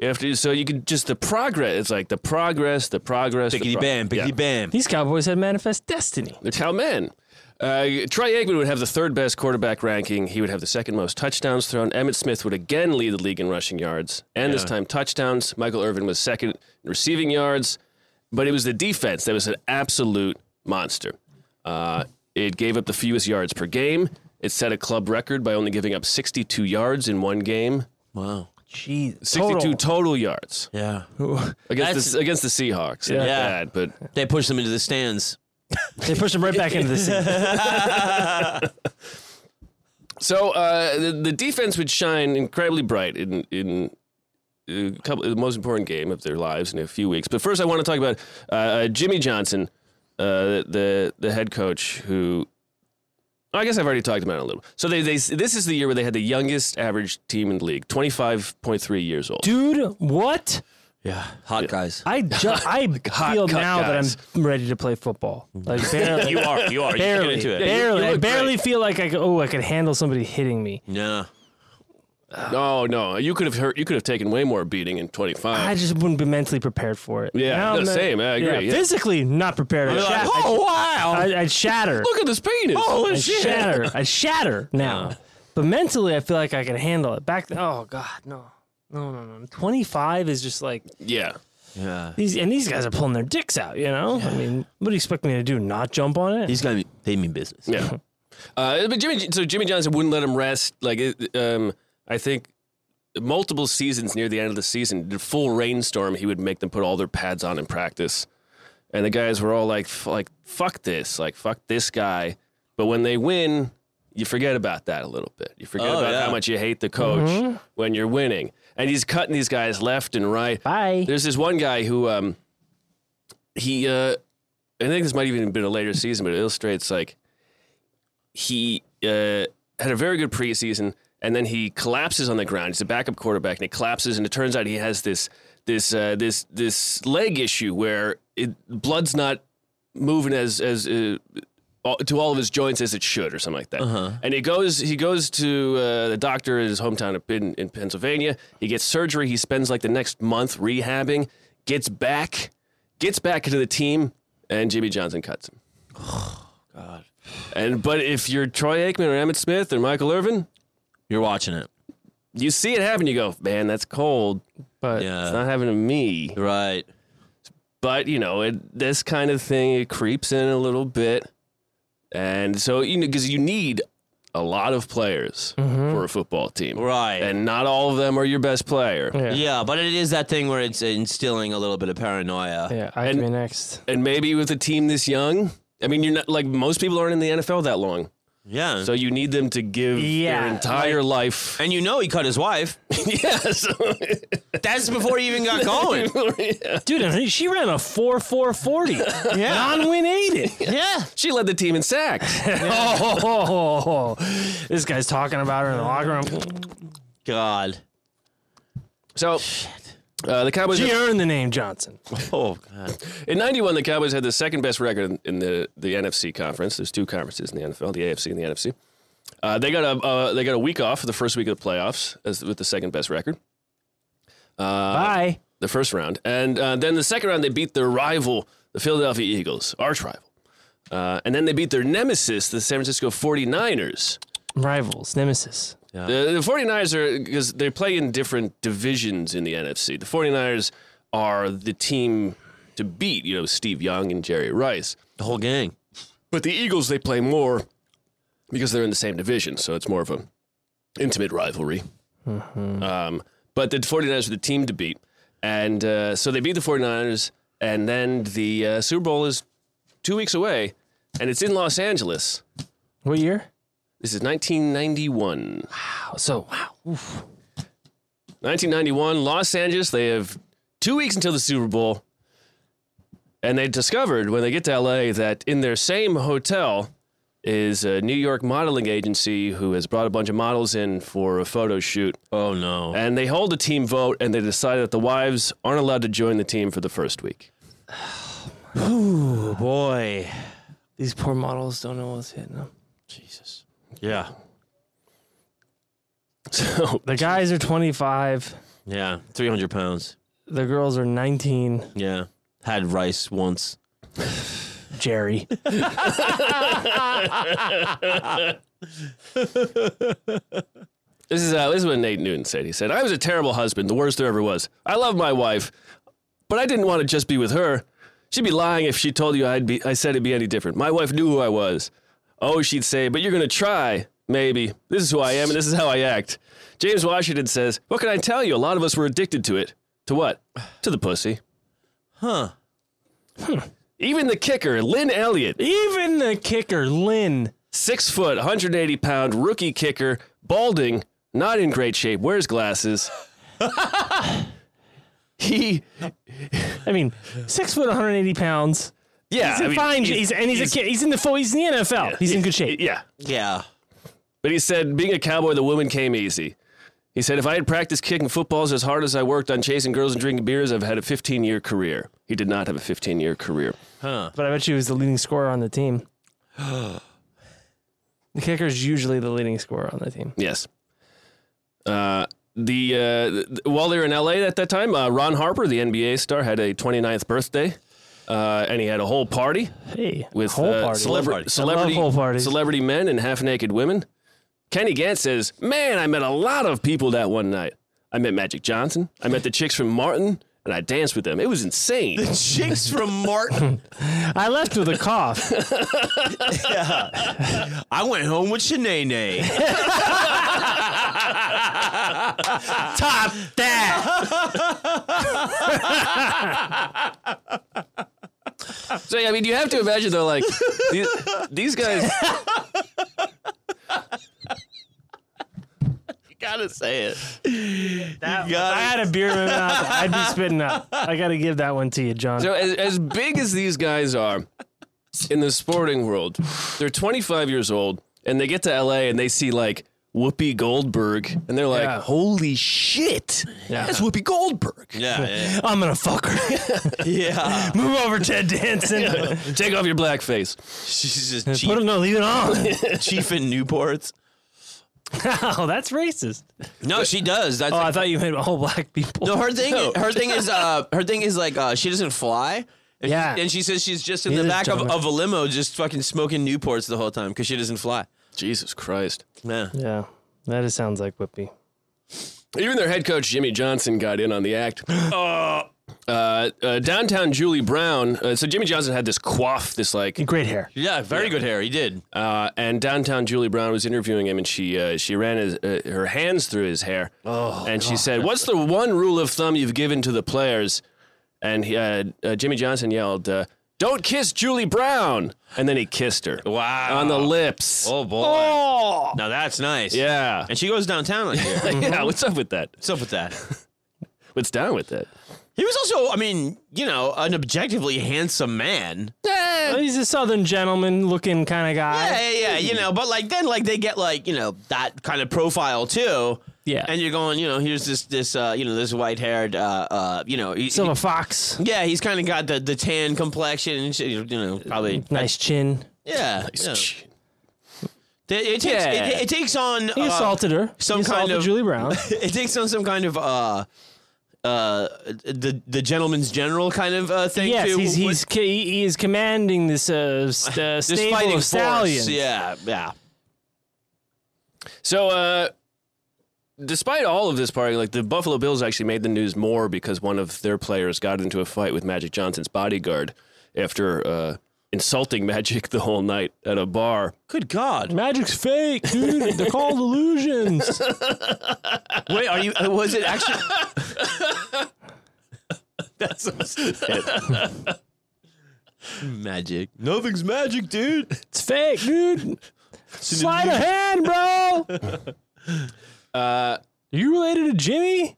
After so you could just the progress. It's like the progress, the progress. the Biggity pro- bam, biggity Yeah. bam. These Cowboys had manifest destiny. It's how men. Uh, Troy Aikman would have the third best quarterback ranking. He would have the second most touchdowns thrown. Emmett Smith would again lead the league in rushing yards and this time touchdowns. Michael Irvin was second in receiving yards, but it was the defense that was an absolute monster. Uh, it gave up the fewest yards per game. It set a club record by only giving up 62 yards in one game. Wow. Jeez. 62 total, yards Yeah. against the, against the Seahawks. Yeah, Yeah. bad, but They pushed them into the stands. They pushed him right back into the <laughs> scene. So uh, the, the defense would shine incredibly bright in in a couple the most important game of their lives in a few weeks. But first, I want to talk about uh, uh, Jimmy Johnson, uh, the the head coach who. I guess I've already talked about it a little. So they, they this is the year where they had the youngest average team in the league, twenty five point three years old. Dude, what? Yeah, Hot guys. I <laughs> just I feel cut now guys. that I'm ready to play football. <laughs> Like <laughs> barely, you are you are barely, you get into it. barely. You I look barely feel like I could, oh I could handle somebody hitting me. Yeah. great. No, no, you could have hurt. You could have taken way more beating in twenty I five. just wouldn't be mentally prepared for it. Yeah, Now no, I'm not- same, I agree, yeah. Physically not prepared. I'd, shatter, Oh, wow! I'd, I'd shatter. <laughs> look at this penis. I'd shatter. I'd <laughs> shatter now. But mentally, I feel like I can handle it. Back then, oh god, no, no, no, no. Twenty five is just like Yeah. Yeah. these, and these guys are pulling their dicks out. You know, I mean, what do you expect me to do? Not jump on it? These guys, they mean business. Yeah. <laughs> Uh, but Jimmy, so Jimmy Johnson wouldn't let him rest. Like, it, um, I think multiple seasons near the end of the season, the full rainstorm, he would make them put all their pads on in practice, and the guys were all like, f- like fuck this, like fuck this guy. But when they win, you forget about that a little bit. You forget Oh, about yeah. Mm-hmm. how much you hate the coach when you're winning, and he's cutting these guys left and right. Bye. There's this one guy who um he uh I think this might even have been a later season, but it illustrates like he uh had a very good preseason and then he collapses on the ground. He's a backup quarterback and he collapses and it turns out he has this this uh this this leg issue where it blood's not moving as as uh, all- to all of his joints as it should, or something like that. And he goes, he goes to uh, the doctor in his hometown of Pen- in Pennsylvania. He gets surgery. He spends like the next month rehabbing. Gets back, gets back into the team, and Jimmy Johnson cuts him. God. And but if you're Troy Aikman or Emmett Smith or Michael Irvin, You're watching it. you see it happen. You go, man, that's cold. But It's Yeah. not happening to me. Right. but you know it, this kind of thing it creeps in a little bit and so you know because you need a lot of players Mm-hmm. for a football team Right. and not all of them are your best player yeah, yeah. yeah, but it is that thing where it's instilling a little bit of paranoia. I have And- to be next. and maybe with a team this young i mean you're not like most people aren't in the nfl that long Yeah. so you need them to give Yeah, their entire life and you know he cut his wife. yeah, <laughs> so, That's before he even got going. yeah. <laughs> Dude, and she ran a 4 4 40. Non-win ate it. <laughs> <laughs> yeah. <laughs> she led the team in <laughs> sacks Oh, this guy's talking about her in the locker room. God. so uh, the Uh, cowboys She earned the name Johnson. Oh God. In '91, the Cowboys had the second best record in, in the the NFC conference. There's two conferences in the NFL: the AFC and the NFC. Uh, they got a uh, they got a week off for the first week of the playoffs as, with the second best record, Bye. the first round, and uh, then the second round they beat their rival, the Philadelphia Eagles, arch rival, uh, and then they beat their nemesis, the San Francisco 49ers. Rivals, nemesis. The, the 49ers are because they play in different divisions in the NFC. The 49ers are the team to beat. You know, Steve Young and Jerry Rice. The whole gang. But the Eagles, they play more because they're in the same division, so it's more of a intimate rivalry. Um, but the 49ers are the team to beat. And uh, so they beat the 49ers, and then the uh, Super Bowl is two weeks away, and it's in Los Angeles. What year? This is 1991. Oh, so, wow. 1991, Los Angeles. They have two weeks until the Super Bowl, And they discovered when they get to LA that in their same hotel is a New York modeling agency who has brought a bunch of models in for a photo shoot. Oh no. And they hold a team vote and they decide that the wives aren't allowed to join the team for the first week. Oh boy. These poor models don't know what's hitting them. Jesus. Yeah. So The guys are 25. Yeah. 300 pounds. The girls are 19. Yeah. Had rice once. Jerry. This is uh, this is what Nate Newton said. He said, "I was a terrible husband, the worst there ever was. I love my wife, but I didn't want to just be with her. She'd be lying if she told you I'd be. I said it'd be any different. My wife knew who I was. Oh, she'd say, but you're gonna try, maybe. This is who I am, and this is how I act." James Washington says, "What can I tell you? A lot of us were addicted to it. To what? To the pussy. Huh. Even the kicker, Lynn Elliott, Even the kicker, Lynn. six foot, 180 pound rookie kicker, balding, not in great shape, wears glasses." <laughs> he I mean, six foot, 180 pounds. Yeah, He's I in mean, fine. he- He's, and he's, a kid. He's in the full. He's in the NFL. he's in good shape. yeah. <laughs> Yeah. But he said, being a cowboy, the woman came easy. He said, if I had practiced kicking footballs as hard as I worked on chasing girls and drinking beers, I've had a 15 year career. He did not have a 15 year career. But I bet you he was the leading scorer on the <gasps> team. the kicker's usually the leading scorer on the team. Yes. Uh, the uh, th- th- while they were in LA at that time, uh, Ron Harper, the NBA star, had a 29th birthday, uh, and he had a whole party Hey, with whole uh, party. celebra- parties. I love celebrity whole parties. celebrity men and half naked women. Kenny Gant says, "Man, I met a lot of people that one night. I met Magic Johnson. I met the chicks from Martin, and I danced with them. It was insane. <laughs> Chicks from <laughs> Martin. I left with a <laughs> cough. I went home with <laughs> Shanae. Top that. so I mean, you have to imagine though, like these, these guys. You gotta say it. That- You if got I it. had a beer in my mouth, I'd be spitting up. I got to give that one to you, John. So as, as big as these guys are in the sporting world, they're 25 years old, and they get to LA and they see like Whoopi Goldberg, and they're like, Yeah. "Holy shit, that's Whoopi Goldberg." <laughs> Yeah. I'm gonna fuck her. <laughs> <laughs> Yeah. Move over, Ted Danson. Take off your blackface. She's just Put him, no, leave it <laughs> on. chief in Newports. oh, that's racist. No, she does. That's Oh, I thought you meant all black people. no. Her thing. Her thing is. Uh, her thing is like uh, she doesn't fly. And Yeah. She, and she says she's just in the Neither back does of, John. of a limo, just fucking smoking Newports the whole time because she doesn't fly. Jesus Christ. Yeah. Yeah, that just sounds like Whippy. Even their head coach, Jimmy Johnson, got in on the act. <gasps> Uh, uh, downtown Julie Brown. Uh, so Jimmy Johnson had this quaff, this like, Great hair. Yeah. Very good hair. He did. uh, and downtown Julie Brown was interviewing him, and she uh, she ran his, uh, her hands through his hair, oh, and she said, "What's the one rule of thumb you've given to the players?" And he, uh, uh, Jimmy Johnson yelled, uh, "Don't kiss Julie Brown!" And then he kissed her. Wow. on the lips. Oh boy. Now that's nice. Yeah, <laughs> And she goes downtown like here. <laughs> yeah. What's up with that? What's up with that? What's down with that? He was also, I mean, you know, an objectively handsome man. Well, he's a southern gentleman looking kind of Yeah, guy. yeah, yeah. You know, but like then, like they get like you know that kind of profile too. Yeah. and you're going, you know, here's this this uh, you know this white haired uh, uh you know he, Silver fox. he- yeah he's kind of got the the tan complexion and shit, you know probably Nice chin. yeah. yeah. It, it takes it- Yeah. It, takes on He uh, assaulted her. some he kind assaulted of- Julie Brown. <laughs> it takes on some kind of uh uh the the gentleman's general kind of uh thing yes, too. he's What- he's ca- he he is commanding this uh, st- uh, this stable fighting of force. stallions. Yeah, yeah. So, uh, despite all of this party, like the Buffalo Bills actually made the news more because one of their players got into a fight with Magic Johnson's bodyguard after uh, insulting <laughs> Magic the whole night at a bar. Good God! Magic's fake, dude. They're <laughs> called illusions. Wait, are you? uh, <laughs> Was it actually? <laughs> That's <laughs> magic. Nothing's magic, dude. It's fake, dude. Slide a hand, bro. <laughs> Uh, you related to Jimmy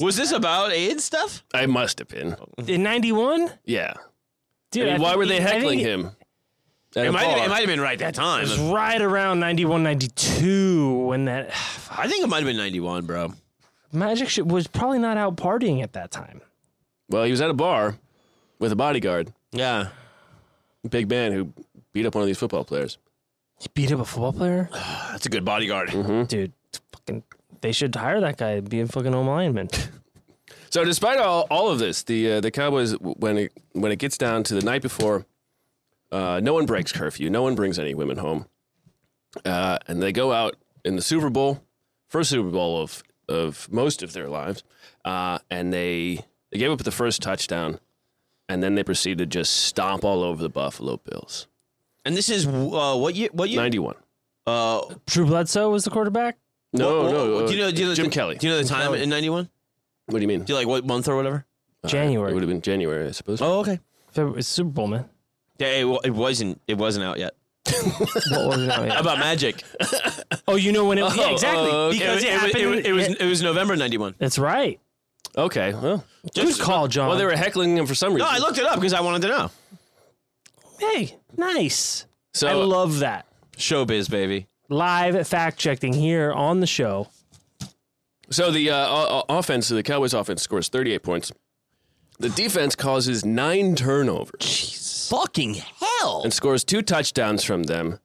Was this about AIDS stuff? I must have been. in '91? Yeah. Dude, I mean, I why think were they he- I think heckling he- him? At It a might, have, bar? it might have been right that time. It was right around 91, 92 when that <sighs> I think it might have been 91, bro. Magic shit was probably not out partying at that time. well, he was at a bar with a bodyguard, Yeah. big man who beat up one of these football players. He beat up a football player, Uh-huh. That's a good bodyguard. dude. Fucking, they should hire that guy. Be a fucking home lineman. So, despite all, all of this, the uh, the Cowboys when it when it gets down to the night before, uh, no one breaks curfew. No one brings any women home, uh, and they go out in the Super Bowl, first Super Bowl of of most of their lives, uh, and they they gave up the first touchdown, and then they proceeded to just stomp all over the Buffalo Bills. And this is uh, what year? What year? Ninety one. Uh, Drew Bledsoe was the quarterback. No, what- no. what- uh, do you know? Do you know Jim the, Kelly. Do you know the time in '91? what do you mean? Do you like what month or whatever? Uh, It January. would have been January, I suppose. Oh, okay. February, it's Super Bowl, man. Yeah, it, wa- it wasn't. It wasn't out yet. What was it? now? How <laughs> Yeah. about <laughs> Magic? Oh, you know when it? yeah, Oh, exactly. oh, okay. Because it, it, was- happened. it was, in- it was, yeah. it was November '91. That's right. Okay. Well, Good call, John. well, they were heckling him for some No, reason. I looked it up because I wanted to know. hey, nice. so uh, I love that. Showbiz, baby. Live fact checking here on the show. So the uh, o- o- offense, the Cowboys' offense scores 38 points. The defense causes nine turnovers Fucking hell! and scores two touchdowns from them.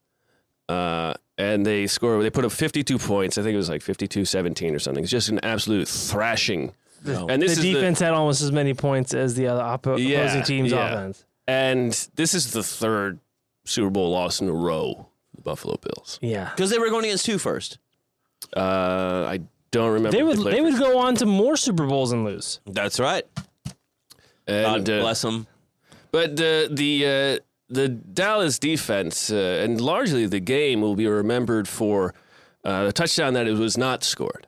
Uh, and they score, they put up 52 points. I think it was like 52 17 or something. It's just an absolute thrashing. And this the is defense had almost as many points as the other oppo- Yeah, opposing team's yeah. offense. The, and this is the third Super Bowl loss in a row for the Buffalo Bills. Yeah. Because they were going against two first. Uh, I don't remember. They who would played they for- would go on to more Super Bowls and lose. That's right. God and, uh, bless them. But the the uh, the Dallas defense uh, and largely the game will be remembered for uh, the touchdown that it was not scored.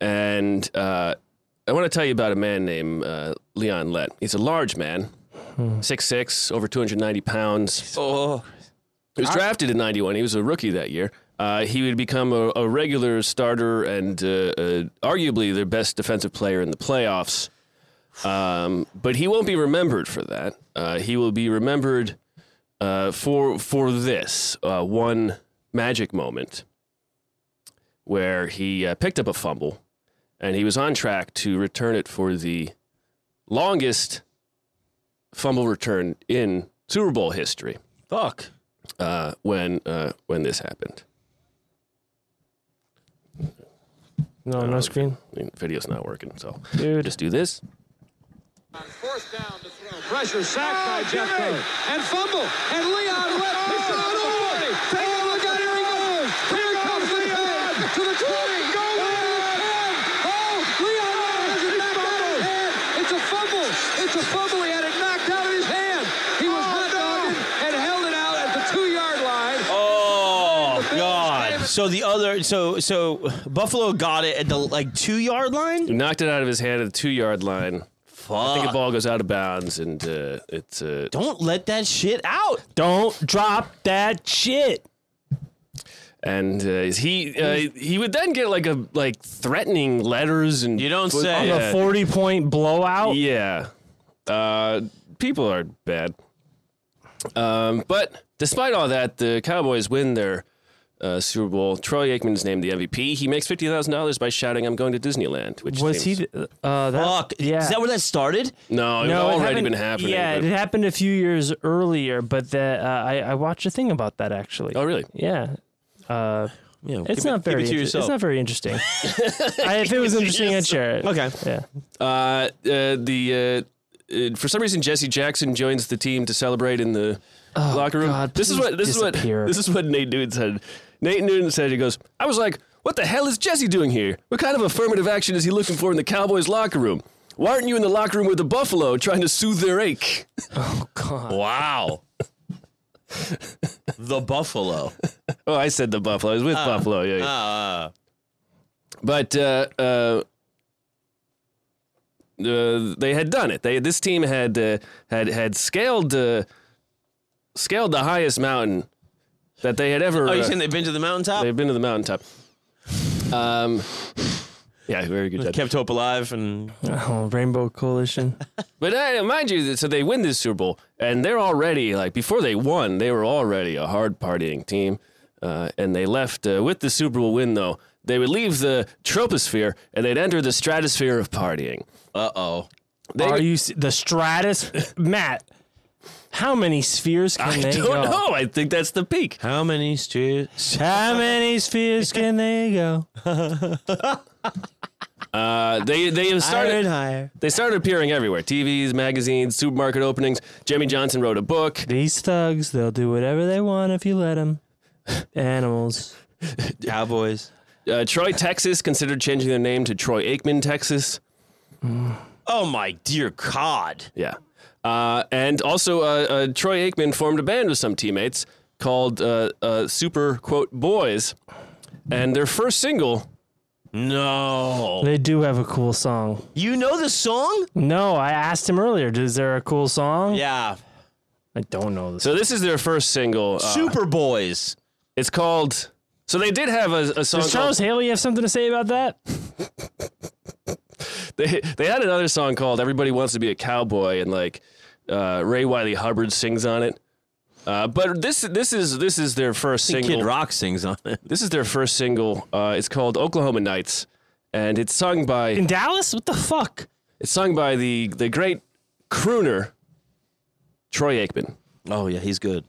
And uh, I want to tell you about a man named uh, Leon Lett. He's a large man, six six, over two hundred ninety pounds. Oh, He was drafted in '91. He was a rookie that year. Uh, he would become a, a regular starter and uh, uh, arguably their best defensive player in the playoffs. Um, but he won't be remembered for that. Uh, he will be remembered uh, for for this uh, one magic moment where he uh, picked up a fumble and he was on track to return it for the longest fumble return in Super Bowl history fuck. uh, when uh, when this happened. No, no screen. I mean, video's not working, so Dude. just do this. Fourth down to throw. Pressure sacked by Jeff Cody. And fumble. And Leon Lett picks it up the 40. Oh, Take a look at here he goes. Here comes Leon to the 20. Go Leon. Oh, Leon Lett has it knocked out of his hand. It's a fumble. It's a fumble. He had it knocked out of his hand. He was hot dogged and held it out at the two yard line. Oh God! So the other, so so Buffalo got it at the like two yard line. He knocked it out of his hand at the two yard line. I Uh. think the Fuck! ball goes out of bounds, and uh, it's uh, Don't let that shit out. Don't drop that shit. and uh, he uh, he would then get like a like threatening letters and You don't Well, say. yeah. A 40 point blowout. Yeah. Uh, people are bad. Um, but despite all that, the Cowboys win their uh, Super Bowl. Troy Aikman's named the MVP. He makes fifty thousand dollars by shouting, "I'm going to Disneyland." Which Was he seems- th- uh that, Fuck! Yeah. Is that where that started? no, it No, it already happened- been happening. Yeah, but- it happened a few years earlier, but that uh, I, I watched a thing about that actually. oh, really? Yeah. Uh, Yeah, it's not very. Keep it to inter- yourself. It's not very <laughs> interesting. I, if it was interesting, I'd share it. Okay. Yeah. Uh, uh, the uh, uh, for some reason Jesse Jackson joins the team to celebrate in the locker room. Oh, God, this is please what this disappear. is what this is what Nate Newton said. Nate Newton said he goes, "I was like, what the hell is Jesse doing here? What kind of affirmative action is he looking for in the Cowboys locker room? Why aren't you in the locker room with the Buffalo trying to soothe their ache?" Oh, Wow. the Buffalo. <laughs> Oh, I said the Buffalo. I was with Buffalo. Yeah. yeah. Uh, But uh, uh, uh, they had done it. They this team had uh, had had scaled uh, scaled the highest mountain that they had ever. oh, you uh, saying they've been to the mountaintop? they've been to the mountaintop. Um, Yeah, very good job. kept hope alive, and Oh, Rainbow Coalition. But uh, mind you, so they win this Super Bowl, and they're already like before they won, they were already a hard partying team, uh, and they left uh, with the Super Bowl win. Though they would leave the troposphere and they'd enter the stratosphere of partying. uh oh, <laughs> They, Are you s- the <laughs> Stratus, Matt? How many spheres can I they don't go? know. I think that's the peak. how many streets? How many <laughs> spheres can they go? Uh, they they <laughs> have started. higher. They started appearing everywhere: TVs, magazines, supermarket openings. Jimmy Johnson wrote a book. These thugs, they'll do whatever they want if you let <laughs> them. Animals. Cowboys. Uh, Troy, Texas, considered changing their name to Troy Aikman, Texas. Oh my dear God! Yeah. Uh, and also, uh, uh, Troy Aikman formed a band with some teammates called uh, uh, Super Quote Boys, and their first single. No, They do have a cool song. you know the song? No, I asked him earlier. Is there a cool song? Yeah, I don't know this. So this is their first single. <laughs> Uh, Super Boys. It's called. So they did have a, a song. Does Charles called, Haley have something to say about that? they, they had another song called "Everybody Wants to Be a Cowboy," and like uh, Ray Wiley Hubbard sings on it. Uh, but this this is this is their first I think single. Kid Rock sings on it. This is their first single. Uh, it's called "Oklahoma Nights," and it's sung by In Dallas? What the fuck? It's sung by the the great crooner Troy Aikman. Oh yeah, he's good.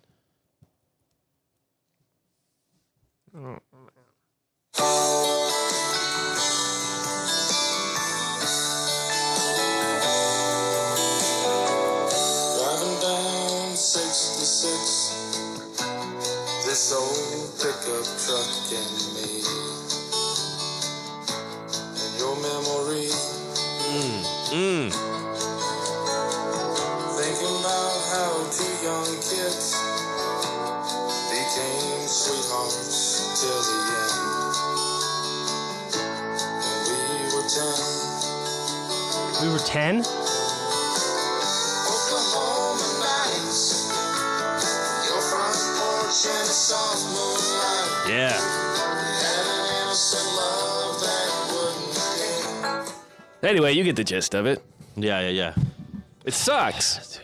Driving down 66, this old pickup truck and me. And your memory. Mm, Thinking about how two young kids became sweethearts till the end. And We we were 10. were 10? Oklahoma nights. Your front porch in the soft moonlight. Yeah, Had an innocent love that wouldn't end. Anyway, you get the gist of it. yeah, yeah, yeah. It <sighs> sucks.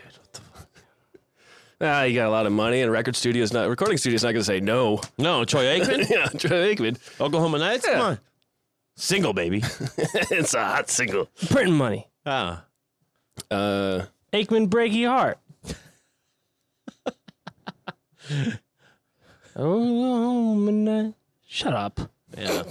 Ah, you got a lot of money, and a record studio's not recording studio's not going to say <laughs> no. <laughs> No, Troy <laughs> Aikman, yeah, Troy Aikman. <laughs> Oklahoma Nights. Yeah. Come on, single baby. it's a hot single. Printing money. ah, Uh, Aikman Breaky Heart. oh, man. Shut up. yeah.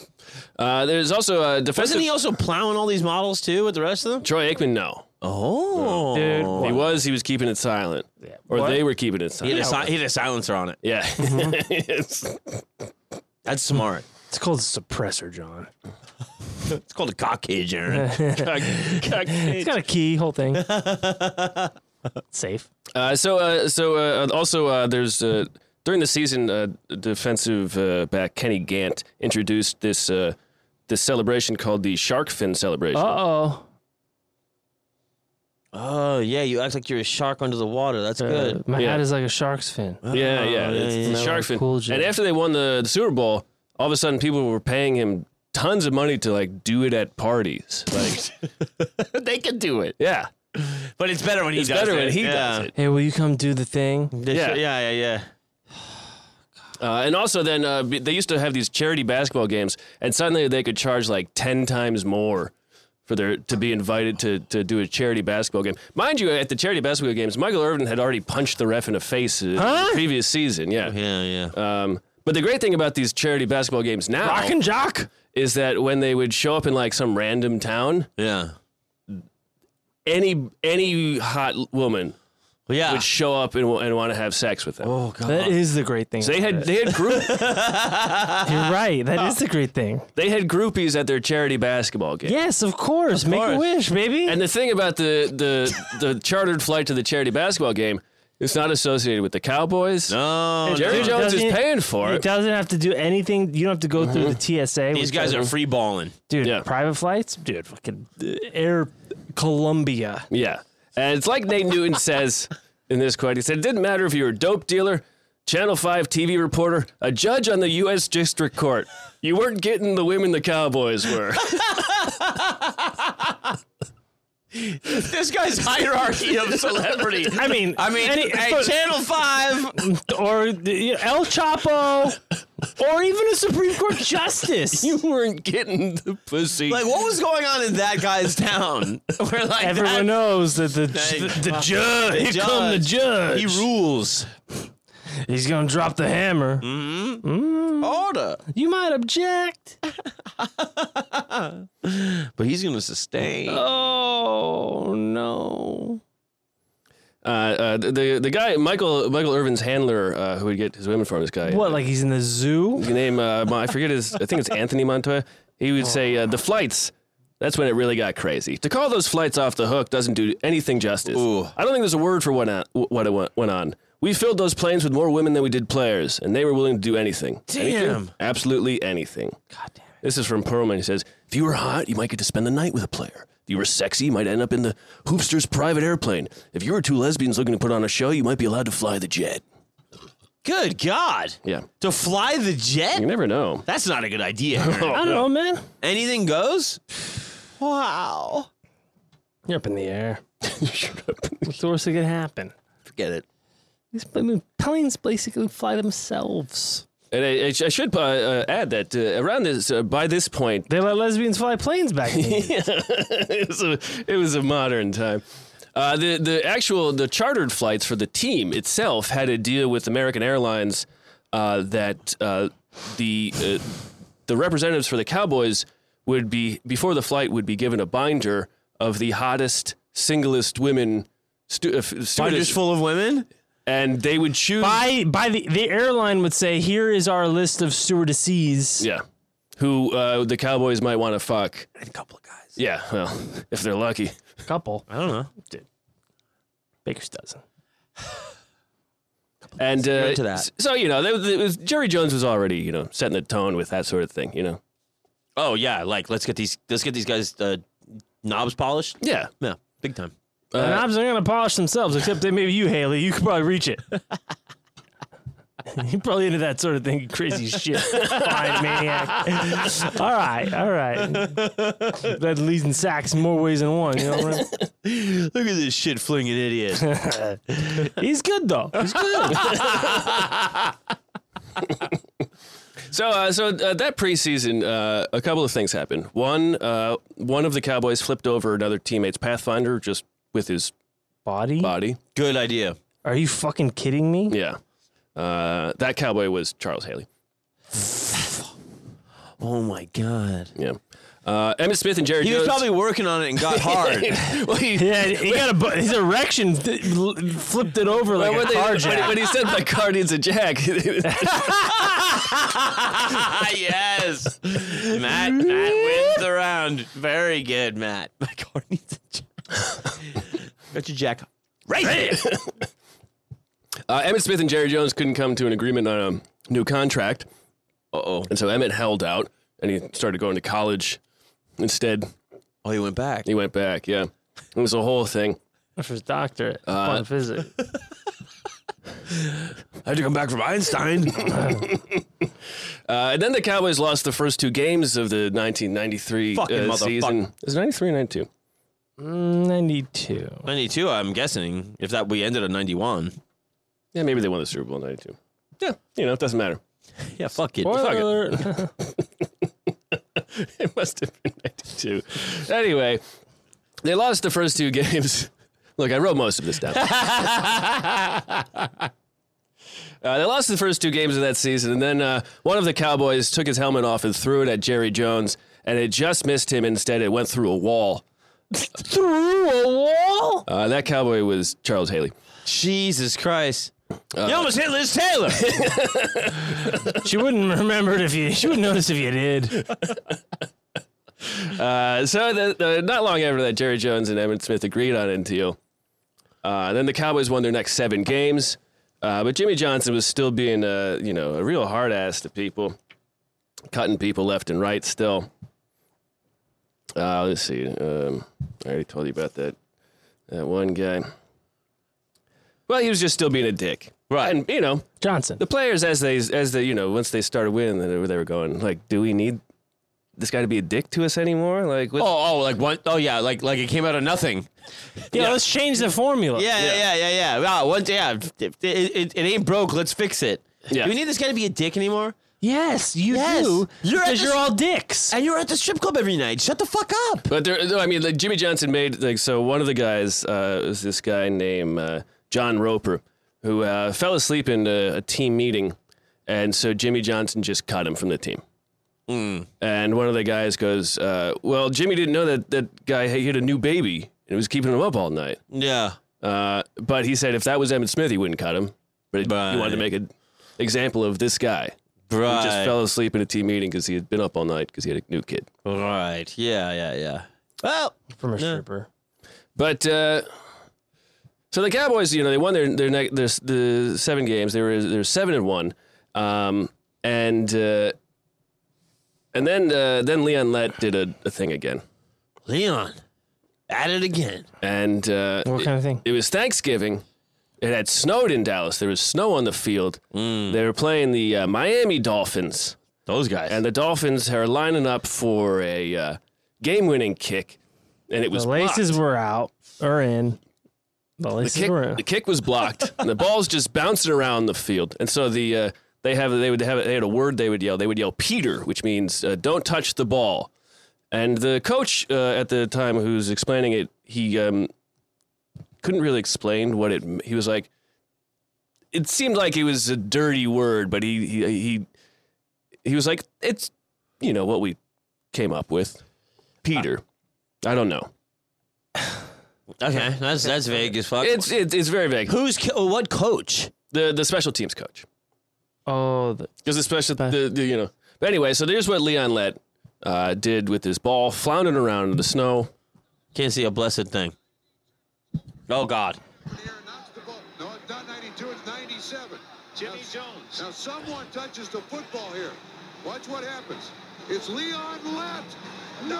uh, there's also a defensive. Wasn't he also plowing all these models too with the rest of them? Troy Aikman? No, Oh, Dude, he was. He was keeping it silent, or What? they were keeping it He had, a Mm-hmm. silent. si- he had a silencer on it. <laughs> Yeah. It's- That's smart. It's called suppressor, John. It's called a cock cage, Aaron. <laughs> It's got a key, whole thing. Safe. Uh, so, uh, so uh, also uh, there's uh, during the season, uh, defensive uh, back Kenny Gant introduced this uh, this celebration called the shark fin celebration. Uh oh. oh yeah, you act like you're a shark under the water. That's Uh, good. my Yeah. hat is like a shark's fin. Yeah, yeah, Oh, it's yeah, the yeah. shark fin. Cool and J. after they won the, the Super Bowl, all of a sudden people were paying him tons of money to like do it at parties. Like <laughs> <laughs> they could do it. Yeah, But it's better when he it's does better it. when he yeah. does it. Hey, will you come do the thing? They Yeah. should- yeah, yeah, yeah. Uh, and also, then uh, b- they used to have these charity basketball games, and suddenly they could charge like ten times more for their to be invited to to do a charity basketball game. Mind you, at the charity basketball games, Michael Irvin had already punched the ref in the face uh, the previous season. Yeah. Yeah, yeah. Um, but the great thing about these charity basketball games now Rock and Jock? is that when they would show up in like some random town, yeah. any any hot woman Well, yeah. would show up and, wa- and want to have sex with them. Ah. oh, God. That is the great thing. They had they <laughs> had group You're right. That is the great thing. they had groupies at their charity basketball game. Yes, of course. Make a course. wish, baby. And the thing about the the the chartered flight to the charity basketball game, it's not associated with the Cowboys. No, Jerry It no. Jones is doesn't- paying for It it. doesn't have to do anything. You don't have to go through the TSA. These which guys are free balling. dude. Yeah. Private flights, dude. Fucking uh, Air Columbia. <laughs> Yeah, and it's like Nate Newton says in this quote. He said, "It didn't matter if you were a dope dealer." Channel 5 TV reporter, a judge on the U.S. District Court. You weren't getting the women the Cowboys were. <laughs> This guy's hierarchy <laughs> of celebrity. I mean, I mean, any- hey, but- Channel Five. or the- you know, El Chapo, or even a Supreme Court <laughs> justice. You weren't getting the pussy. Like, what was going on in that guy's town? <laughs> Where like Everyone that, knows that the Thank the, the judge, here come the judge. He rules. He's gonna drop the hammer. Order. You might object. But he's gonna sustain. Oh no. uh, uh, the the guy Michael Michael Irvin's handler uh, who would get his women from this guy. What? Like he's in the zoo? His name uh, Mon- I forget his. I think it's Anthony Montoya. He would say uh, the flights. That's when it really got crazy. To call those flights off the hook doesn't do anything justice. Ooh. I don't think there's a word for what, on, what it went- went on. We filled those planes with more women than we did players, and they were willing to do anything. Anything? Absolutely anything. God damn it. This is from Perlman. He says, If you were hot, you might get to spend the night with a player. If you were sexy, you might end up in the hoopster's private airplane. If you were two lesbians looking to put on a show, you might be allowed to fly the jet. Good God. Yeah. To fly the jet? You never know. That's not a good <laughs> idea. I don't know, man. Anything goes? Wow. You're up in the air. <laughs> What's the worst that could happen? Forget it. These I mean, planes basically fly themselves. And I, I sh- I should uh, uh, add that uh, around this, uh, by this point, <laughs> They let lesbians fly planes back. in the day. it, was a, it was a modern time. Uh, the the actual the chartered flights for the team itself had a deal with American Airlines uh, that uh, the uh, the representatives for the Cowboys would be before the flight would be given a binder of the hottest singlest women stu- uh, f- Binders stewardess, full of women? and they would choose by by the the airline would say, here is our list of stewardesses. yeah who uh, the Cowboys might want to fuck A couple of guys. yeah well <laughs> if they're lucky. Couple. I don't know. Dude. Baker's dozen. <sighs> And uh, into that. s- So you know, there, there was, Jerry Jones was already you know setting the tone with that sort of thing. You know, Oh yeah, like let's get these let's get these guys uh, knobs polished. yeah. Yeah, big time. The knobs are gonna polish themselves, except that maybe you, Haley, you could probably reach it. <laughs> You're probably into that sort of thing, <laughs> crazy shit. Fine maniac. all right, all right. That leads in sacks more ways than one. You know what I <gasps> mean? Look at this shit flinging <laughs> idiot. He's good though. He's good. So uh, so uh, that preseason, uh, a couple of things happened. One, uh, one of the Cowboys flipped over another teammate's Pathfinder just with his Body? body. Good idea. Are you fucking kidding me? Yeah. Uh, that cowboy was Charles Haley. Oh my god. Yeah. Uh, Emmett Smith and Jerry He was Jones. probably working on it and got hard. <laughs> well, he, Yeah, he got a bu- his erection th- l- flipped it over like when, a they, car when, he- jack. when he said the Guardians of <laughs> Jack, <laughs> <laughs> <laughs> yes. Matt, Matt wins the round. Very good, Matt. My car needs a jack. <laughs> Got your jack. Right there. Uh, Emmett Smith and Jerry Jones couldn't come to an agreement on a new contract. Uh Uh-oh. And so Emmett held out and he started going to college instead. Oh, he went back. He went back. Yeah. It was a whole thing. For his doctorate, quantum physics. I had to come back <laughs> from Einstein. uh, and then the Cowboys lost the first two games of the 1993 Fucking uh, season. Is it 93 or 92? 92. 92, I'm guessing. If that we ended at 91. Yeah, maybe they won the Super Bowl in 92. Yeah, you know, it doesn't matter. Yeah, fuck it. Fuck it. Spoiler alert. <laughs> it must have been 92. Anyway, they lost the first two <laughs> games. Look, I wrote most of this down. Uh, they lost the first two games of that season, and then uh, one of the Cowboys took his helmet off and threw it at Jerry Jones, and it just missed him. Instead, it went through a wall. through a wall? Uh, that Cowboy was Charles Haley. Jesus Christ. you almost hit Liz Taylor. She wouldn't remember it if you. She wouldn't notice if you did. Uh, so, the, the, not long after that, Jerry Jones and Emmett Smith agreed on a deal. Uh, then the Cowboys won their next seven games, uh, but Jimmy Johnson was still being a you know a real hard ass to people, cutting people left and right. Still, uh, let's see. Um, I already told you about that that one guy. Well, he was just still being a dick, right? And you know Johnson. the players as they as they you know once they started winning, they were, they were going like, do we need this guy to be a dick to us anymore? Like, what? Oh, oh, like one, oh yeah, like like it came out of nothing. Yeah, let's change the formula. Yeah, yeah, yeah, yeah, yeah. Wow, one, yeah, it, it, it ain't broke. Let's fix it. Yeah. Do we need this guy to be a dick anymore? Yes, you Yes. do. You're at because the you're s- all dicks. And you're at the strip club every night. Shut the fuck up. But there, no, I mean, like Jimmy Johnson made like so. One of the guys uh, was this guy named uh, John Roper, who uh, fell asleep in a, a team meeting, and so Jimmy Johnson just cut him from the team. Hmm. And one of the guys goes, uh, "Well, Jimmy didn't know that that guy he had a new baby and it was keeping him up all night." Yeah. Uh, but he said if that was Emmett Smith, he wouldn't cut him. But it, Right. he wanted to make an example of this guy Right. who just fell asleep in a team meeting because he had been up all night because he had a new kid. Right. Yeah, yeah, yeah. Well, From a stripper. But uh, so the Cowboys, you know, they won their their, ne- their s- the seven games. They were they're seven and one, um, and uh, and then uh, then Leon Lett did a, a thing again, Leon, at it again. and uh, What kind of thing? it was Thanksgiving. It had snowed in Dallas. There was snow on the field. Mm. They were playing the uh, Miami Dolphins. Those guys. and the Dolphins are lining up for a uh, game-winning kick, and it was The laces blocked. were out or in. The the laces were in. kick. The kick was blocked, and the ball's just bouncing around the field. And so the uh, they have they would have they had a word they would yell. They would yell Peter, which means uh, don't touch the ball. And the coach uh, at the time who's explaining it, he um, couldn't really explain what it. He was like, it seemed like it was a dirty word, but he he he, he was like, it's you know what we came up with, Peter. I don't know. okay, that's that's vague as fuck. It's it's, it's very vague. uh, Who's co- oh, what coach? The the special teams coach. Oh, the, Because the special, the, the, you know. But anyway, so there's what Leon Lett uh, did with his ball, floundering around in the snow. Can't see a blessed thing. Oh God. Here, knocks the ball. No, it's not 92, it's 97. Jimmy Jones. Now someone touches the football here. Watch what happens. It's Leon Lett. No!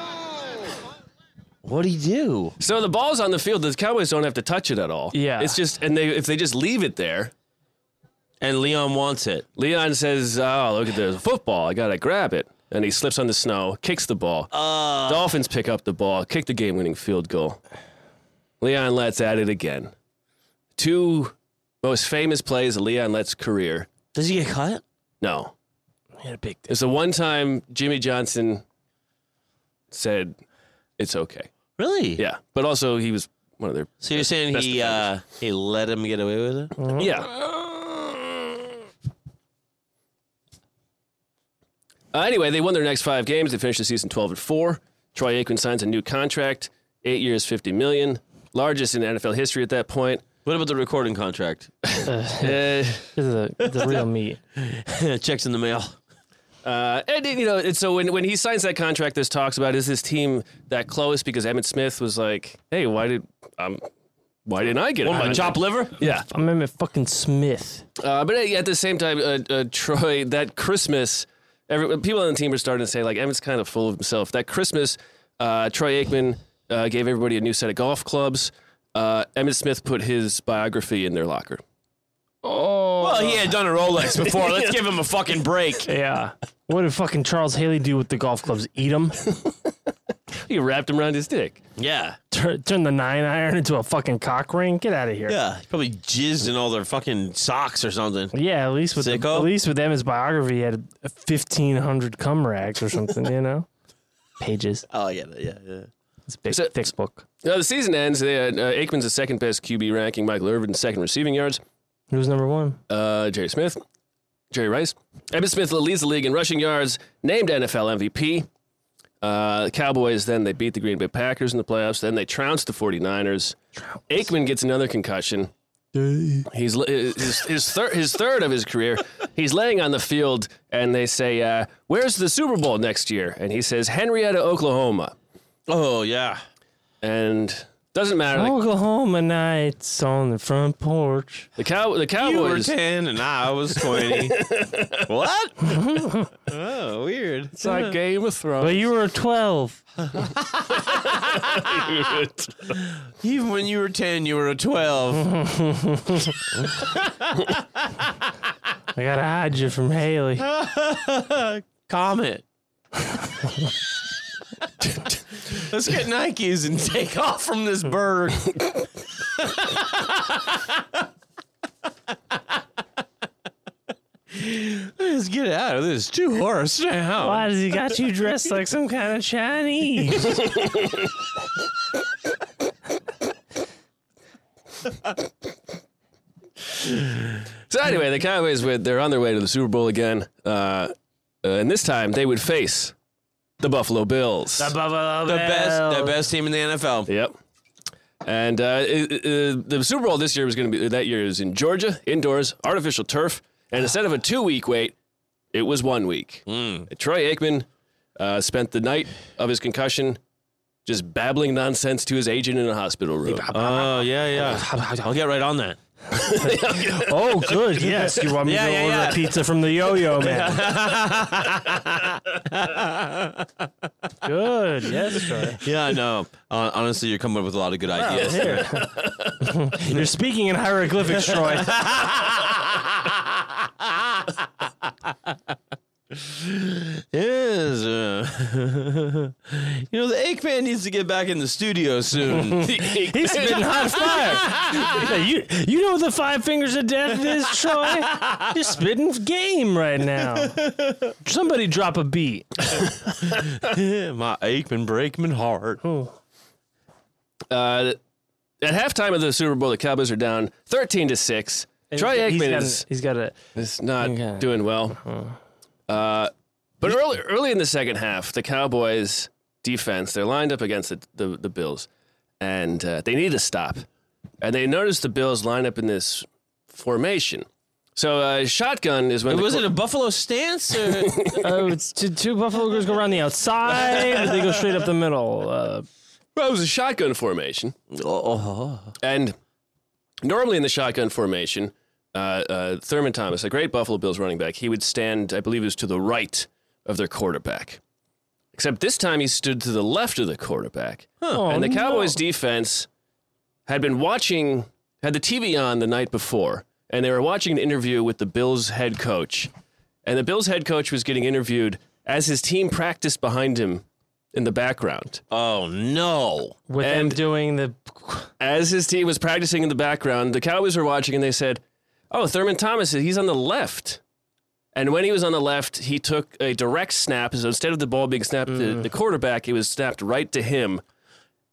What do he do? So the ball's on the field. The Cowboys don't have to touch it at all. Yeah. It's just, and they if they just leave it there, And Leon wants it. Leon says, "Oh, look at there's a football. I gotta grab it." And he slips on the snow, kicks the ball. Dolphins pick up the ball, kick the game-winning field goal. Leon Lett's at it again. Two most famous plays of Leon Lett's career. Does he get cut? No, he had a big dick. It's the one time Jimmy Johnson said it's okay. Really? Yeah, but also he was one of their So you're saying best he uh, defenders. he let him get away with it? yeah. Uh, anyway, they won their next five games. They finished the season twelve and four. Troy Aikman signs a new contract, eight years, fifty million, largest in NFL history at that point. What about the recording contract? <clears throat> Uh, This is the, the real meat. Checks in the mail. Uh, and you know, and so when, when he signs that contract, there's talks about is this team that close? Because Emmett Smith was like, "Hey, why did um, why didn't I get it? I- liver? Yeah, I'm Emmett fucking Smith. uh, but at, at the same time, uh, uh, Troy, that Christmas, every, people on the team were starting to say like Emmett's kind of full of himself. That Christmas, uh, Troy Aikman uh, gave everybody a new set of golf clubs. Uh, Emmett Smith put his biography in their locker. Well, he had done a Rolex <laughs> before. Let's give him a fucking break. Yeah. What did fucking Charles Haley do with the golf clubs? Eat <laughs> them? He wrapped him around his dick. Yeah. Turn, turn the nine iron into a fucking cock ring? Get out of here. Yeah. He probably jizzed in all their fucking socks or something. Yeah, at least with the, Sicko. at least with Emmett's biography, he had fifteen hundred cum rags or something, you know, <laughs> pages. Oh yeah, yeah, yeah. It's a big, So- thick book. Now the season ends. They had, uh, Aikman's the second best QB ranking. Michael Irvin's second receiving yards. Who's number one? uh, Jerry Smith, Jerry Rice. Emmitt Smith leads the league in rushing yards, named NFL MVP. Uh, the Cowboys, then they beat the Green Bay Packers in the playoffs. Then they trounced the 49ers. Aikman gets another concussion. He's li- his, his, thir- his third of his career. He's laying on the field, and they say, uh, Where's the Super Bowl next year? And he says, Henrietta, Oklahoma. Oh yeah. And doesn't matter. Oh. The, Oklahoma nights on the front porch. the, cow- the You were Cowboys. ten and I <laughs> was twenty. <laughs> what? oh, weird. It's like Game of Thrones. But you were twelve. Even when you were ten, you were a twelve. I gotta hide you from Haley. <laughs> Comment. Let's get Nikes and take off from this bird. Let's get out of this. Too horse now. Why does he got <laughs> you dressed like some kind of <laughs> Chinese? So anyway, the Cowboys would they're on their way to the Super Bowl again, uh, uh, and this time they would face the Buffalo Bills. The best, the best team in the NFL. Yep. And uh, it, it- it- the Super Bowl this year was going to be that year is in Georgia, indoors, artificial turf, and instead of a two week wait, it was one week. Hmm. Troy Aikman uh, spent the night of his concussion just babbling nonsense to his agent in a hospital room. Oh yeah, yeah. I'll get right on that. <laughs> Oh, good. Yes. You want me Yeah, to yeah, order yeah. a pizza from the yo-yo man? <laughs> good. Yes, sir. Yeah, <laughs> no. Uh, honestly, you're coming up with a lot of good ideas. Here. <laughs> You're speaking in hieroglyphics, Troy. Yes. uh, <laughs> you know, the Aikman needs to get back in the studio <laughs> soon. He's spitting hot <laughs> fire. Yeah, you, you know what the five fingers of death is, Troy? You're spitting game right now. Somebody drop a beat. My Aikman Brakeman heart. Uh, at halftime of the Super Bowl, the Cowboys are down thirteen to six. Troy he's Aikman got, is He's got a. It's not Okay. doing well. Uh, Uh-huh. but early, early in the second half, the Cowboys' defense, they're lined up against the, the, the Bills, and uh, they need a stop. And they notice the Bills line up in this formation. So uh, shotgun is when the Was qu- it a Buffalo stance? Or? Oh, it's two, two Buffalo Girls go around the outside. and They go straight up the middle. Uh, well, it was a shotgun formation. Uh-huh. oh, And normally in the shotgun formation, uh, uh, Thurman Thomas, a great Buffalo Bills running back, he would stand, I believe it was to the right of their quarterback. Except this time he stood to the left of the quarterback. Oh, and the no. Cowboys defense had been watching, had the TV on the night before, and they were watching an interview with the Bills head coach. And the Bills head coach was getting interviewed as his team practiced behind him in the background. <laughs> oh no. with And- them doing the. <laughs> As his team was practicing in the background, the Cowboys were watching and they said, Oh, Thurman Thomas, he's on the left. And when he was on the left, he took a direct snap. So instead of the ball being snapped to Mm. the quarterback, it was snapped right to him.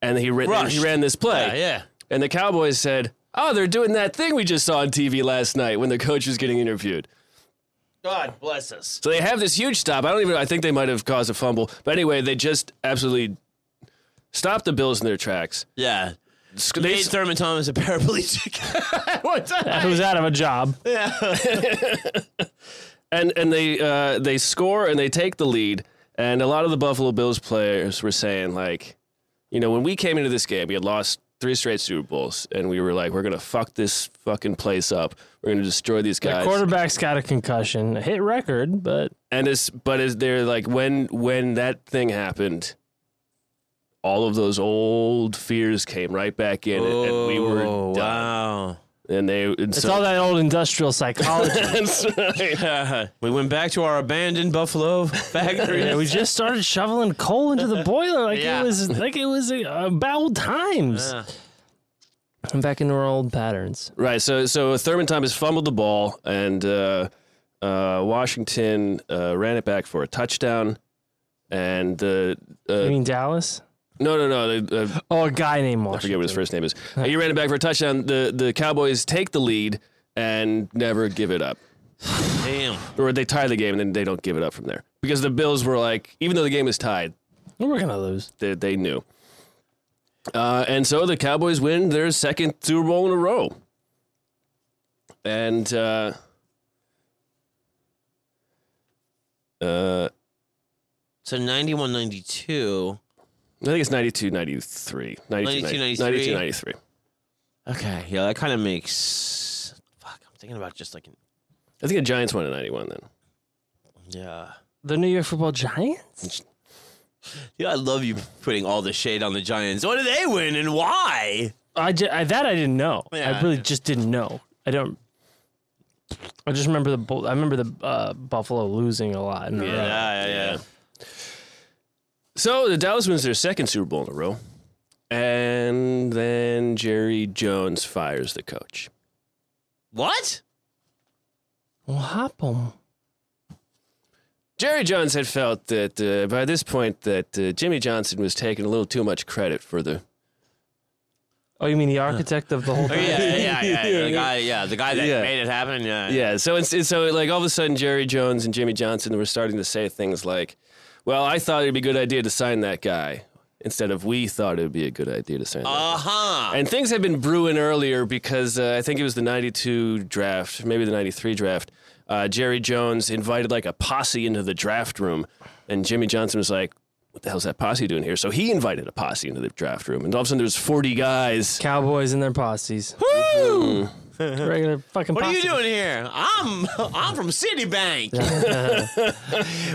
And he, ran, he Rushed. ran this play. Yeah, yeah. And the Cowboys said, Oh, they're doing that thing we just saw on TV last night when the coach was getting interviewed. God bless us. So they have this huge stop. I don't even, I think they might have caused a fumble. But anyway, they just absolutely stopped the Bills in their tracks. Yeah. Sc- They, Nate Thurman Thomas a paraplegic. <laughs> <laughs> Who's out of a job? and and they uh, they score and they take the lead. And a lot of the Buffalo Bills players were saying like, you know, when we came into this game, we had lost three straight Super Bowls, and we were like, we're gonna fuck this fucking place up. We're gonna destroy these The guys. quarterback's got a concussion. A hit record, but and it's but it's, they're like when when that thing happened. All of those old fears came right back in, and- and we were Oh, done. wow. And they and it's so, <laughs> all that old industrial psychology. we went back to our abandoned <laughs> Buffalo factory. Yeah, we just started shoveling coal into <laughs> the boiler like Yeah. it was like it was uh, about times. Yeah. I'm back into our old patterns. Right. So so Thurman Thomas fumbled the ball, and uh, uh, Washington uh, ran it back for a touchdown. And the You uh, mean Dallas? no no no the- uh, Oh, a guy named I forget Washington. what his first name is. Uh, He ran it back for a touchdown. The the Cowboys take the lead and never give it up, Damn. or they tie the game and then they don't give it up from there because the Bills were like, even though the game was tied, We're gonna lose. they, they knew. Uh, and so the Cowboys win their second Super Bowl in a row. And uh, uh, So 91 92. I think it's 92 93. 92 92, 93. Okay. Yeah, that kind of makes. Fuck. I'm thinking about just like an. I think the Giants won in 91 then. Yeah. The New York Football Giants. Yeah, I love you putting all the shade on the Giants. What did they win and why? I, ju- I that I didn't know. Yeah, I really yeah. just didn't know. I don't. I just remember the Bull- I remember the uh, Buffalo losing a lot. in a row. Yeah, yeah, yeah. So the Dallas wins their second Super Bowl in a row, and then Jerry Jones fires the coach. What? Well, hop 'em. Jerry Jones had felt that uh, by this point that uh, Jimmy Johnson was taking a little too much credit for the Oh, you mean Uh. the architect of the <laughs> whole Oh, Yeah, thing? yeah, yeah, yeah, The guy, yeah, the guy that Yeah. made it happen. Yeah, yeah. So it's, it's- so like all of a sudden Jerry Jones and Jimmy Johnson were starting to say things like, "Well, I thought it'd be a good idea to sign that guy," instead of "We thought it would be a good idea to sign." that guy." Uh huh. And things had been brewing earlier because uh, I think it was the 92 draft, maybe the 93 draft. Uh, Jerry Jones invited like a posse into the draft room, and Jimmy Johnson was like, What the hell's that posse doing here? So he invited a posse into the draft room, and all of a sudden there was 40 guys. <laughs> Cowboys and their posses. <laughs> Regular fucking What are you posse. doing here? I'm <laughs> I'm from Citibank.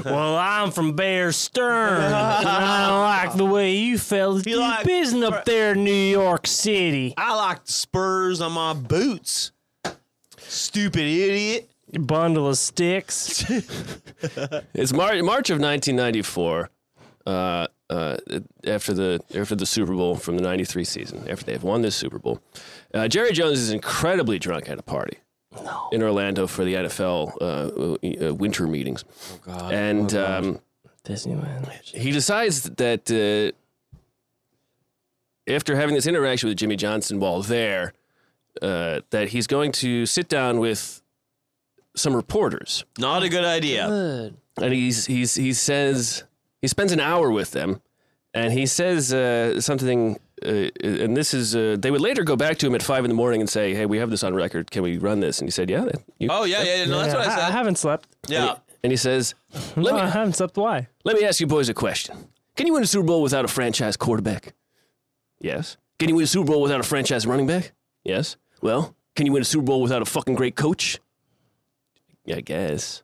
Well, I'm from Bear Stearns. and <laughs> I don't like the way you fellas do like- business up there in New York City. I like the spurs on my boots. Stupid idiot. Bundle <laughs> of sticks. It's Mar- March of 1994. Uh, uh, after the after the Super Bowl from the '93 season, after they have won this Super Bowl, uh, Jerry Jones is incredibly drunk at a party in Orlando for the NFL uh, uh, winter meetings. Oh God! And um, Disneyland. he decides that uh, after having this interaction with Jimmy Johnson while there, uh, that he's going to sit down with some reporters, Not a good idea. Good. and he's he's he says he spends an hour with them, and he says uh, something. Uh, and this is uh, they would later go back to him at five in the morning and say, "Hey, we have this on record. Can we run this?" And he said, "Yeah." that- You. Oh yeah, yeah, yeah. No, that's what I Yeah, I, I said. haven't slept. Yeah. And he says, "Let No, I me haven't slept. Why? let me ask you boys a question. Can you win a Super Bowl without a franchise quarterback? Yes. Can you win a Super Bowl without a franchise running back? Yes. Well, can you win a Super Bowl without a fucking great coach? Yeah, I guess.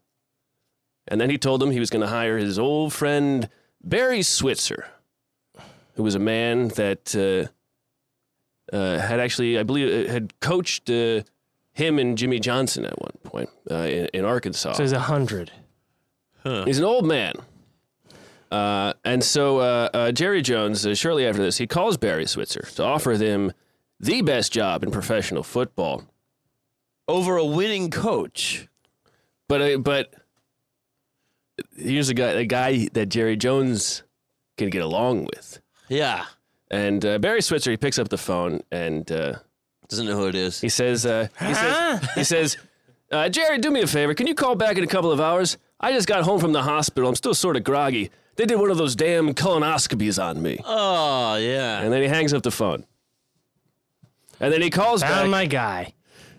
And then he told them he was going to hire his old friend Barry Switzer, who was a man that uh, uh, had actually, I believe, uh, had coached uh, him and Jimmy Johnson at one point uh, in, in Arkansas. So he's a hundred. He's an old man. Uh, and so uh, uh, Jerry Jones, uh, shortly after this, he calls Barry Switzer to offer them the best job in professional football. Over a winning coach. But uh, but here's a guy a guy that Jerry Jones can get along with. Yeah. And uh, Barry Switzer, he picks up the phone and uh, Doesn't know who it is. he says uh, he says he says uh, Jerry, do me a favor. Can you call back in a couple of hours? I just got home from the hospital. I'm still sort of groggy. They did one of those damn colonoscopies on me. Oh yeah. And then he hangs up the phone. And then he calls back. Found my guy.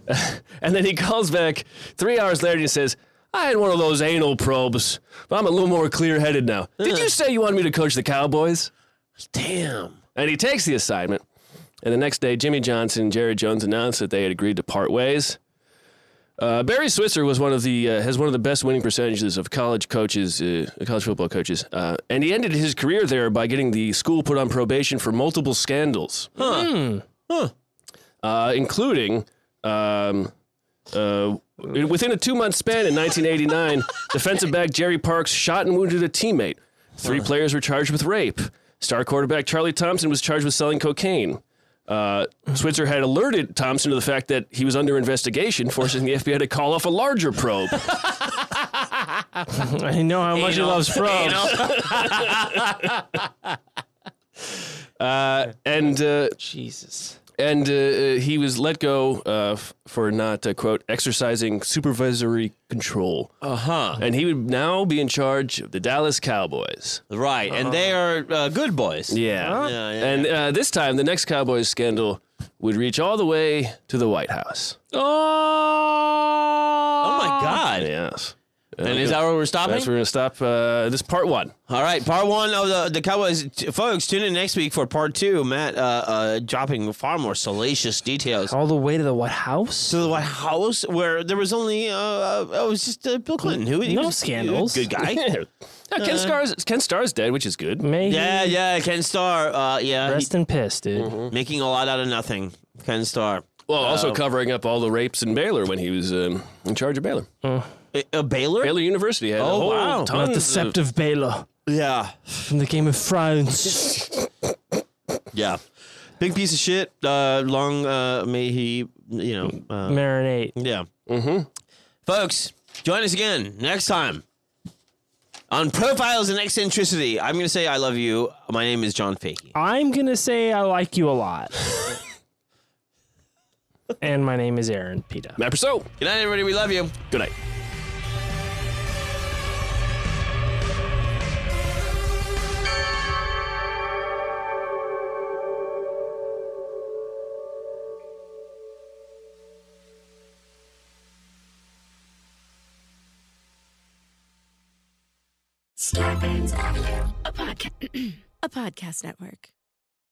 <laughs> and then he calls back three hours later and he says, I had one of those anal probes, but I'm a little more clear headed now. Did you say you wanted me to coach the Cowboys? Damn. And he takes the assignment. And the next day, Jimmy Johnson and Jerry Jones announced that they had agreed to part ways. Uh, Barry Switzer was one of the uh, has one of the best winning percentages of college coaches, uh, college football coaches, uh, and he ended his career there by getting the school put on probation for multiple scandals, huh? Uh, including um, uh, within a two month span in 1989, <laughs> defensive back Jerry Parks shot and wounded a teammate. Three players were charged with rape. Star quarterback Charlie Thompson was charged with selling cocaine. Uh, Switzer had alerted Thompson to the fact that he was under investigation, forcing the FBI to call off a larger probe. I know how much he Anal. <laughs> loves frogs. And uh, Jesus. and uh, uh, he was let go uh, f- for not uh, quote exercising supervisory control. Uh huh. And he would now be in charge of the Dallas Cowboys. Right. And they are uh, good boys. Yeah, Yeah. yeah, and Uh, this time, the next Cowboys scandal would reach all the way to the White House. Oh my God. Yes. And is that where we're stopping? That's where we're going to stop uh, this part one. All right, part one of the the Cowboys, T- folks. Tune in next week for part two. Matt uh, uh, dropping far more salacious details All the way to the what house? to the White House, where there was only uh, uh, oh, it was just uh, Bill Clinton. Who he No was a scandals. Good <laughs> guy. Yeah, Ken, Uh-huh. Star's, Ken Star's dead, which is good. May he yeah, Mm-hmm. yeah. Ken Starr. Uh, yeah, he- Rest in piss, dude. making a lot out of nothing. Ken Starr. Well, Oh. also covering up all the rapes in Baylor when he was um, in charge of Baylor. A, a Baylor. Baylor University had a Oh, whole wow. tons Not of- deceptive Baylor. Yeah. from the game of <laughs> France. Yeah. Big piece of shit. Uh, long uh, may he, you know. Uh, Marinate. yeah. Mm-hmm. Folks, join us again next time on Profiles and Eccentricity. I'm going to say I love you. My name is John Fakey. I'm gonna say I like you a lot. and my name is Aaron Pita. Mapper so. Good night, everybody. We love you. Good night. <clears throat> Starbane's Avenue, a, podca- a podcast network.